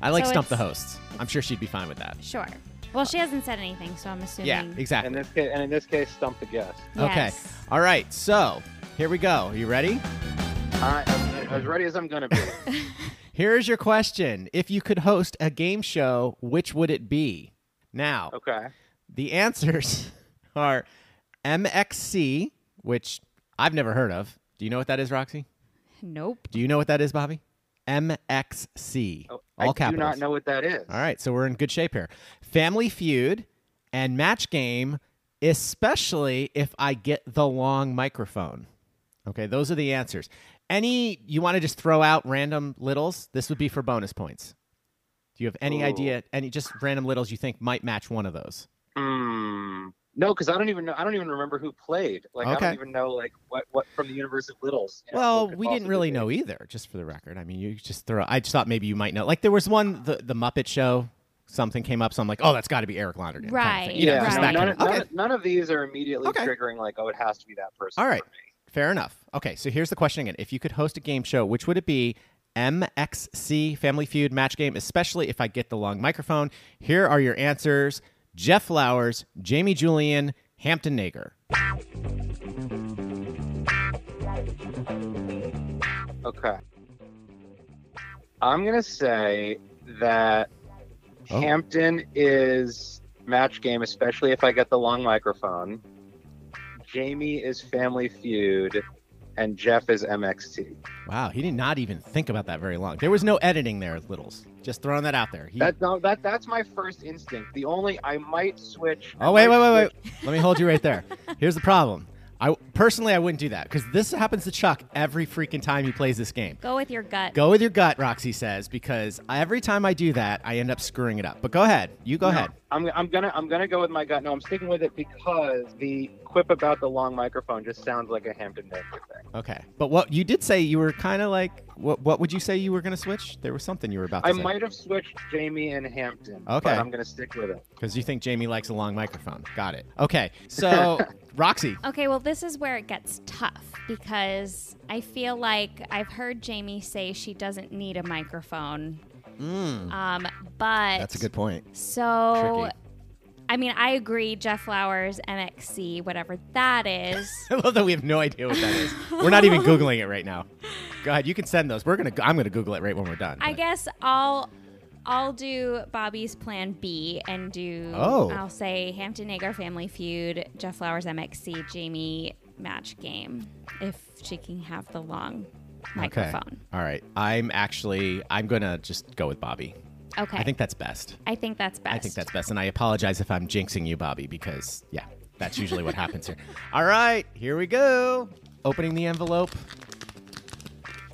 [SPEAKER 3] I like
[SPEAKER 4] So
[SPEAKER 3] stump the
[SPEAKER 4] it's-
[SPEAKER 3] hosts. I'm sure she'd be fine with that.
[SPEAKER 4] sure well she hasn't said anything so i'm assuming
[SPEAKER 3] Yeah,
[SPEAKER 9] In
[SPEAKER 3] exactly.
[SPEAKER 9] this case, and in this case, stump the guest.
[SPEAKER 4] yes.
[SPEAKER 3] Okay. All right. So here we go. Are you ready?
[SPEAKER 9] I, I'm as ready as I'm going to be.
[SPEAKER 3] Here's your question. If you could host a game show, which would it be? Now,
[SPEAKER 9] Okay.
[SPEAKER 3] The answers [laughs] are MXC, which I've never heard of. Do you know what that is, Roxy?
[SPEAKER 4] nope
[SPEAKER 3] Do you know what that is, Bobby? MXC.
[SPEAKER 9] Oh,
[SPEAKER 3] all
[SPEAKER 9] I do
[SPEAKER 3] capitals.
[SPEAKER 9] not know what that is.
[SPEAKER 3] All right, so we're in good shape here. Family Feud and Match Game, especially if I get the long microphone. Okay, those are the answers. Any you want to just throw out random littles? This would be for bonus points. Do you have any
[SPEAKER 9] Ooh.
[SPEAKER 3] idea? Any just random littles you think might match one of those?
[SPEAKER 9] Hmm. No, because I don't even know. I don't even remember who played. Like I
[SPEAKER 3] Okay.
[SPEAKER 9] don't even know like what what from the universe of littles. you know,
[SPEAKER 3] Well,
[SPEAKER 9] who could
[SPEAKER 3] we didn't
[SPEAKER 9] possibly
[SPEAKER 3] really
[SPEAKER 9] be.
[SPEAKER 3] know either, just for the record. I mean, you just throw. I just thought maybe you might know. Like there was one, the the Muppet Show. Something came up, so I'm like, oh, that's got to be Eric Lonergan. kind of thing.
[SPEAKER 4] Right,
[SPEAKER 3] You know,
[SPEAKER 9] Yeah.
[SPEAKER 3] just
[SPEAKER 9] no,
[SPEAKER 3] that
[SPEAKER 9] none,
[SPEAKER 3] kind
[SPEAKER 9] of,
[SPEAKER 3] of-
[SPEAKER 9] none,
[SPEAKER 3] okay,
[SPEAKER 9] of- none of these are immediately
[SPEAKER 3] Okay.
[SPEAKER 9] triggering like oh it has to be that person.
[SPEAKER 3] All right.
[SPEAKER 9] for me.
[SPEAKER 3] fair enough. Okay, so here's the question again: If you could host a game show, which would it be? MXC Family Feud match game, especially if I get the long microphone. Here are your answers: Jeff Flowers, Jamie Julian, Hampton Nager.
[SPEAKER 9] Okay. I'm gonna say that
[SPEAKER 3] Oh.
[SPEAKER 9] Hampton is match game, especially if I get the long microphone. Jamie is Family Feud, and Jeff is MXT.
[SPEAKER 3] Wow, he did not even think about that very long. There was no editing there, Littles. Just throwing that out there. He-
[SPEAKER 9] That no, that that's my first instinct. The only I might switch. I
[SPEAKER 3] Oh wait,
[SPEAKER 9] might
[SPEAKER 3] wait, wait, wait.
[SPEAKER 9] switch-
[SPEAKER 3] Let me hold you right there. Here's the problem. I personally I wouldn't do that because this happens to Chuck every freaking time he plays this game.
[SPEAKER 4] go with your gut
[SPEAKER 3] Go with your gut, Roxy says, because every time I do that, I end up screwing it up. But go ahead. You go
[SPEAKER 9] No,
[SPEAKER 3] ahead.
[SPEAKER 9] I'm, I'm gonna I'm gonna go with my gut. No, I'm sticking with it because the quip about the long microphone just sounds like a Hampton Baker thing.
[SPEAKER 3] Okay. But what you did say you were kind of like what what would you say you were going to switch? There was something you were about to
[SPEAKER 9] I
[SPEAKER 3] say.
[SPEAKER 9] might have switched Jamie and Hampton.
[SPEAKER 3] Okay.
[SPEAKER 9] but I'm gonna stick with it.
[SPEAKER 3] Cuz you think Jamie likes a long microphone. Got it. Okay.
[SPEAKER 9] [laughs]
[SPEAKER 3] So, Roxy.
[SPEAKER 4] Okay, well, this is where it gets tough because I feel like I've heard Jamie say she doesn't need a microphone. Um, but
[SPEAKER 3] Mm. That's a good point.
[SPEAKER 4] So,
[SPEAKER 3] Tricky.
[SPEAKER 4] I mean, I agree. Jeff Flowers, MXC, whatever that
[SPEAKER 3] [laughs]
[SPEAKER 4] is.
[SPEAKER 3] I love that we have no idea what that is. We're
[SPEAKER 4] [laughs]
[SPEAKER 3] not even googling it right now. Go ahead. You can send those. We're going to I'm going to google it right when we're done.
[SPEAKER 4] I
[SPEAKER 3] but-
[SPEAKER 4] guess I'll I'll do Bobby's Plan B and do
[SPEAKER 3] Oh.
[SPEAKER 4] I'll say Hampton Agar Family Feud, Jeff Flowers, MXC, Jamie match game if she can have the long microphone.
[SPEAKER 3] All right. I'm actually I'm gonna just go with Bobby.
[SPEAKER 4] Okay.
[SPEAKER 3] I think that's best.
[SPEAKER 4] I think that's best.
[SPEAKER 3] I think that's best. And I apologize if I'm jinxing you, Bobby, because yeah, that's usually what happens here. [laughs] All right, here we go. Opening the envelope.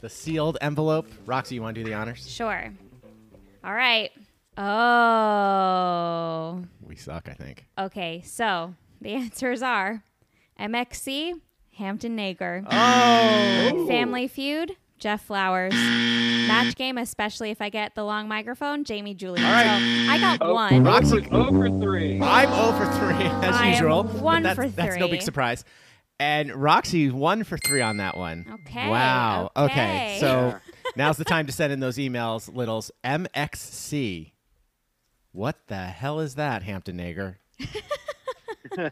[SPEAKER 3] The sealed envelope. Roxy, you want to do the honors?
[SPEAKER 4] sure. All right. Oh.
[SPEAKER 3] We suck, I think.
[SPEAKER 4] Okay, so the [laughs] answers are MXC, Hampton Nager.
[SPEAKER 3] Oh.
[SPEAKER 4] Family Feud, Jeff Flowers. Match game, especially if I get the long microphone, Jamie Julian. So I got one.
[SPEAKER 3] Oh, Roxy,
[SPEAKER 9] oh
[SPEAKER 6] Over three.
[SPEAKER 3] I'm 0 for 3 [laughs] as
[SPEAKER 4] I am
[SPEAKER 3] usual.
[SPEAKER 4] one
[SPEAKER 3] but that's,
[SPEAKER 4] for
[SPEAKER 3] That's no
[SPEAKER 4] three.
[SPEAKER 3] big surprise. And Roxy, 1 for 3 on that one.
[SPEAKER 4] Okay,
[SPEAKER 3] Wow.
[SPEAKER 4] okay.
[SPEAKER 3] So now's the time to send in those emails, Littles. MXC. What the hell is that,
[SPEAKER 9] [laughs]
[SPEAKER 3] Hampton Nager? wow.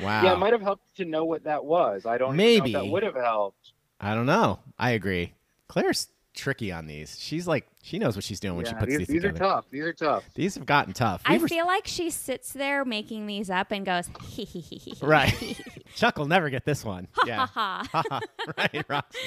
[SPEAKER 9] Yeah, it might have helped to know what that was. I don't even
[SPEAKER 3] Maybe.
[SPEAKER 9] know if that would have helped.
[SPEAKER 3] I don't know. I agree. Claire's tricky on these. She's like, she knows what she's doing when she
[SPEAKER 9] Yeah,
[SPEAKER 3] puts
[SPEAKER 9] these,
[SPEAKER 3] these,
[SPEAKER 9] these are
[SPEAKER 3] together.
[SPEAKER 9] tough. These are tough.
[SPEAKER 3] These have gotten tough. We
[SPEAKER 4] I
[SPEAKER 3] were-
[SPEAKER 4] feel like she sits there making these up and goes, [laughs] hee hee hee hee. Uh-huh. hee,
[SPEAKER 3] [laughs]
[SPEAKER 4] [laughs]
[SPEAKER 3] right. Chuck will never get this one. yeah.
[SPEAKER 4] ha, ha.
[SPEAKER 3] [laughs] right, Roxy.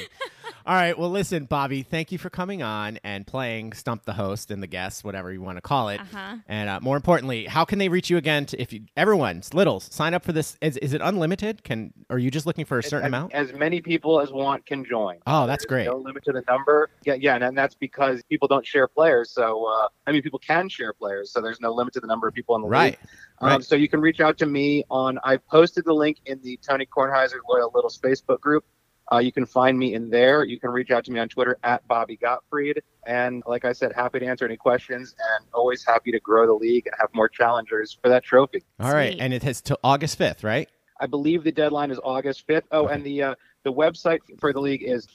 [SPEAKER 3] All right. Well, listen, Bobby, thank you for coming on and playing Stump the Host and the Guest, whatever you want to call it.
[SPEAKER 4] Uh-huh.
[SPEAKER 3] And uh, more importantly, how can they reach you again? To, if you, everyone, Littles, sign up for this. Is, is it unlimited? Can Are you just looking for a certain
[SPEAKER 9] as,
[SPEAKER 3] amount?
[SPEAKER 9] As many people as want can join.
[SPEAKER 3] Oh, that's
[SPEAKER 9] There's
[SPEAKER 3] great.
[SPEAKER 9] No limit to the number. Yeah, yeah, and, and that's because people don't share players. So uh, I mean, people can share players. So there's no limit to the number of people in the
[SPEAKER 3] Right.
[SPEAKER 9] league. Um,
[SPEAKER 3] right.
[SPEAKER 9] So you can reach out to me on. I posted the link in the Tony Kornheiser Loyal Littles Facebook group. Uh, you can find me in there. You can reach out to me on Twitter at Bobby Gottfried. And like I said, happy to answer any questions and always happy to grow the league and have more challengers for that trophy.
[SPEAKER 3] All right.
[SPEAKER 4] Sweet.
[SPEAKER 3] And it has till August 5th, right?
[SPEAKER 9] I believe the deadline is August 5th. Oh, and the uh, the website for the league is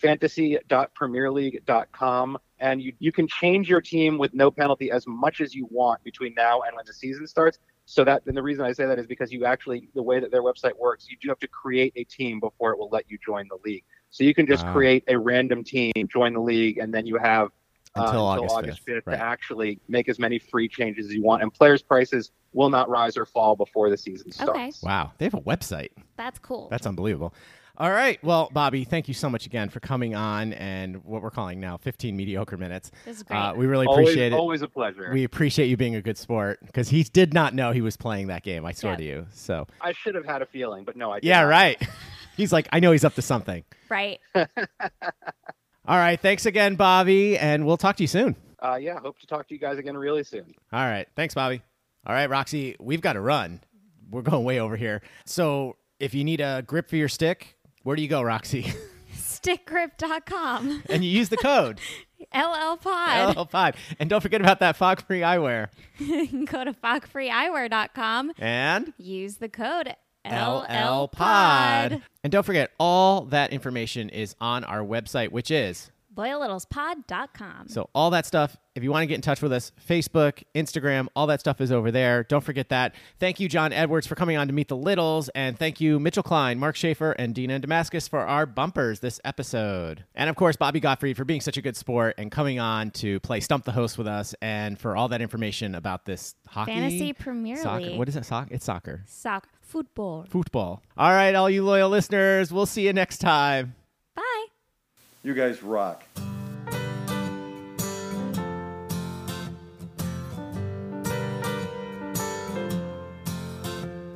[SPEAKER 9] fantasy.premierleague.com. And you, you can change your team with no penalty as much as you want between now and when the season starts. So that and the reason I say that is because you actually the way that their website works, you do have to create a team before it will let you join the league. So you can just
[SPEAKER 3] Ah.
[SPEAKER 9] create a random team, join the league, and then you have uh,
[SPEAKER 3] Until August 5th,
[SPEAKER 9] 5th,
[SPEAKER 3] right.
[SPEAKER 9] to actually make as many free changes as you want. And players' prices will not rise or fall before the season starts.
[SPEAKER 4] Okay.
[SPEAKER 3] Wow. They have a website.
[SPEAKER 4] That's cool.
[SPEAKER 3] That's unbelievable. All right. Well, Bobby, thank you so much again for coming on and what we're calling now 15 mediocre minutes.
[SPEAKER 4] this is great.
[SPEAKER 3] Uh, we really appreciate
[SPEAKER 9] always, Always
[SPEAKER 3] it.
[SPEAKER 9] a pleasure.
[SPEAKER 3] We appreciate you being a good sport because he did not know he was playing that game. I swear
[SPEAKER 4] Yeah.
[SPEAKER 3] to you. So,
[SPEAKER 9] I should have had a feeling, but no, I did
[SPEAKER 3] yeah,
[SPEAKER 9] not.
[SPEAKER 3] right.
[SPEAKER 9] [laughs]
[SPEAKER 3] he's like, I know he's up to something. [laughs]
[SPEAKER 4] right.
[SPEAKER 3] All right. Thanks again, Bobby. And we'll talk to you soon.
[SPEAKER 9] Uh, yeah, hope to talk to you guys again really soon.
[SPEAKER 3] All right. Thanks, Bobby. All right, Roxy, we've got to run. We're going way over here. So, if you need a grip for your stick, where do you go, Roxy? [laughs]
[SPEAKER 4] Stickgrip.com.
[SPEAKER 3] and you use
[SPEAKER 9] [laughs]
[SPEAKER 3] the code
[SPEAKER 4] LL Pod.
[SPEAKER 3] LL5. And don't forget about that fog free eyewear.
[SPEAKER 4] [laughs] Go to fogfreeeyewear.com.
[SPEAKER 3] And
[SPEAKER 4] Use the code
[SPEAKER 3] LL
[SPEAKER 4] LLPOD.
[SPEAKER 3] Pod. And don't forget, all that information is on our website, which is
[SPEAKER 4] LoyalLittlesPod.com.
[SPEAKER 3] so all that stuff. If you want to get in touch with us, Facebook, Instagram, all that stuff is over there. Don't forget that. Thank you, John Edwards, for coming on to meet the Littles, and thank you, Mitchell Klein, Mark Schaefer, and Dina and Damascus for our bumpers this episode, and of course Bobby Gottfried for being such a good sport and coming on to play Stump the Host with us, and for all that information about this hockey
[SPEAKER 4] Fantasy Premier
[SPEAKER 3] soccer.
[SPEAKER 4] League.
[SPEAKER 3] What is it? Soccer? It's soccer
[SPEAKER 4] Soccer. Football.
[SPEAKER 3] football. All right, all you loyal listeners, we'll see you next time.
[SPEAKER 4] Bye.
[SPEAKER 5] You guys rock.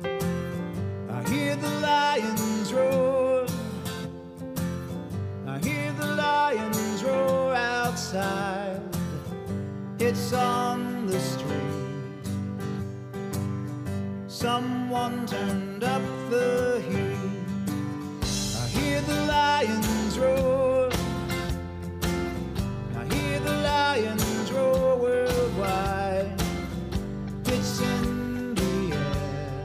[SPEAKER 7] I hear the lions roar. I hear the lions roar outside. It's on the street. Someone turned up the heat. I hear the lions roar. I hear the lions roar worldwide. It's in the air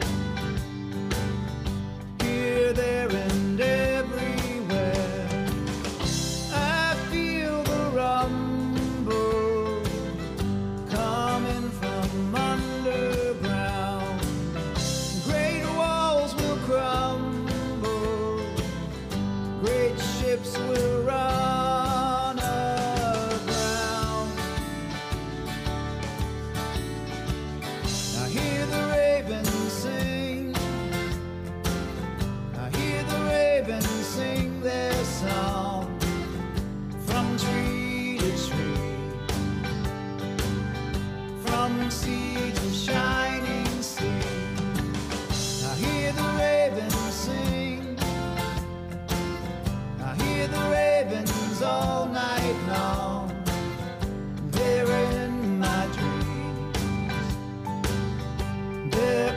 [SPEAKER 7] here, there, and everywhere. I feel the rumble coming from underground. Great walls will crumble, great ships will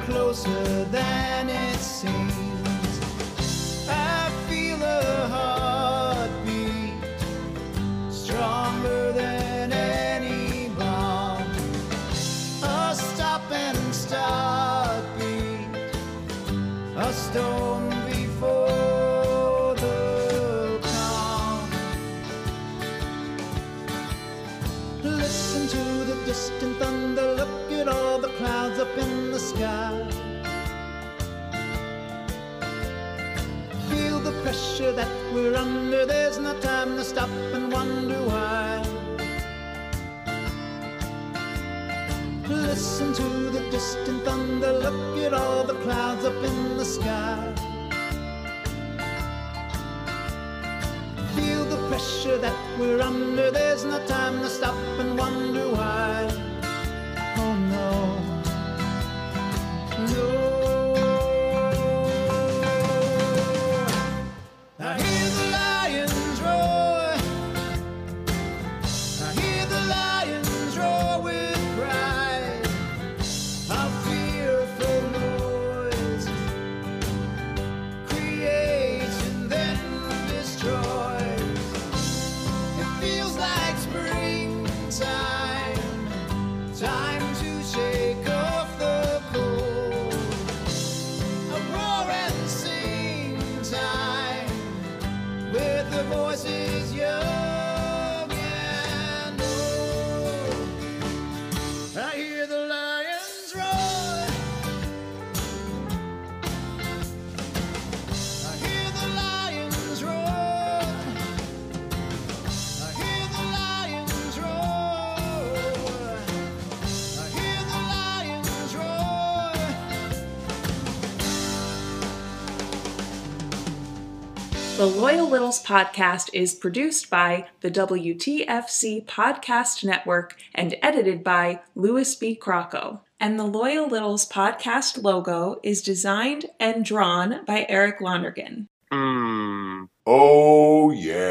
[SPEAKER 7] closer than it seems. I feel a heartbeat stronger than any bomb. A stop and start beat, a stone before the calm. Listen to the distant thunder, look at all the clouds up in the sky. Feel the pressure that we're under, there's no time to stop and wonder why. Listen to the distant thunder, look at all the clouds up in the sky. Feel the pressure that we're under. There's no time to stop and wonder why. Oh no. No. I hear the lions roar. I hear the lions roar with pride. A fearful noise creates and then destroys. It feels like springtime, time to shake off the cold. A roar and sing time with the voices young and old. I hear the lions roar. I hear the lions roar. I hear the lions roar. I hear the lions roar.
[SPEAKER 1] The Loyal Littles podcast is produced by the WTFC Podcast Network and edited by Louis B. Crocco. And the Loyal Littles podcast logo is designed and drawn by Eric Lonergan.
[SPEAKER 9] Hmm.
[SPEAKER 10] Oh, yeah.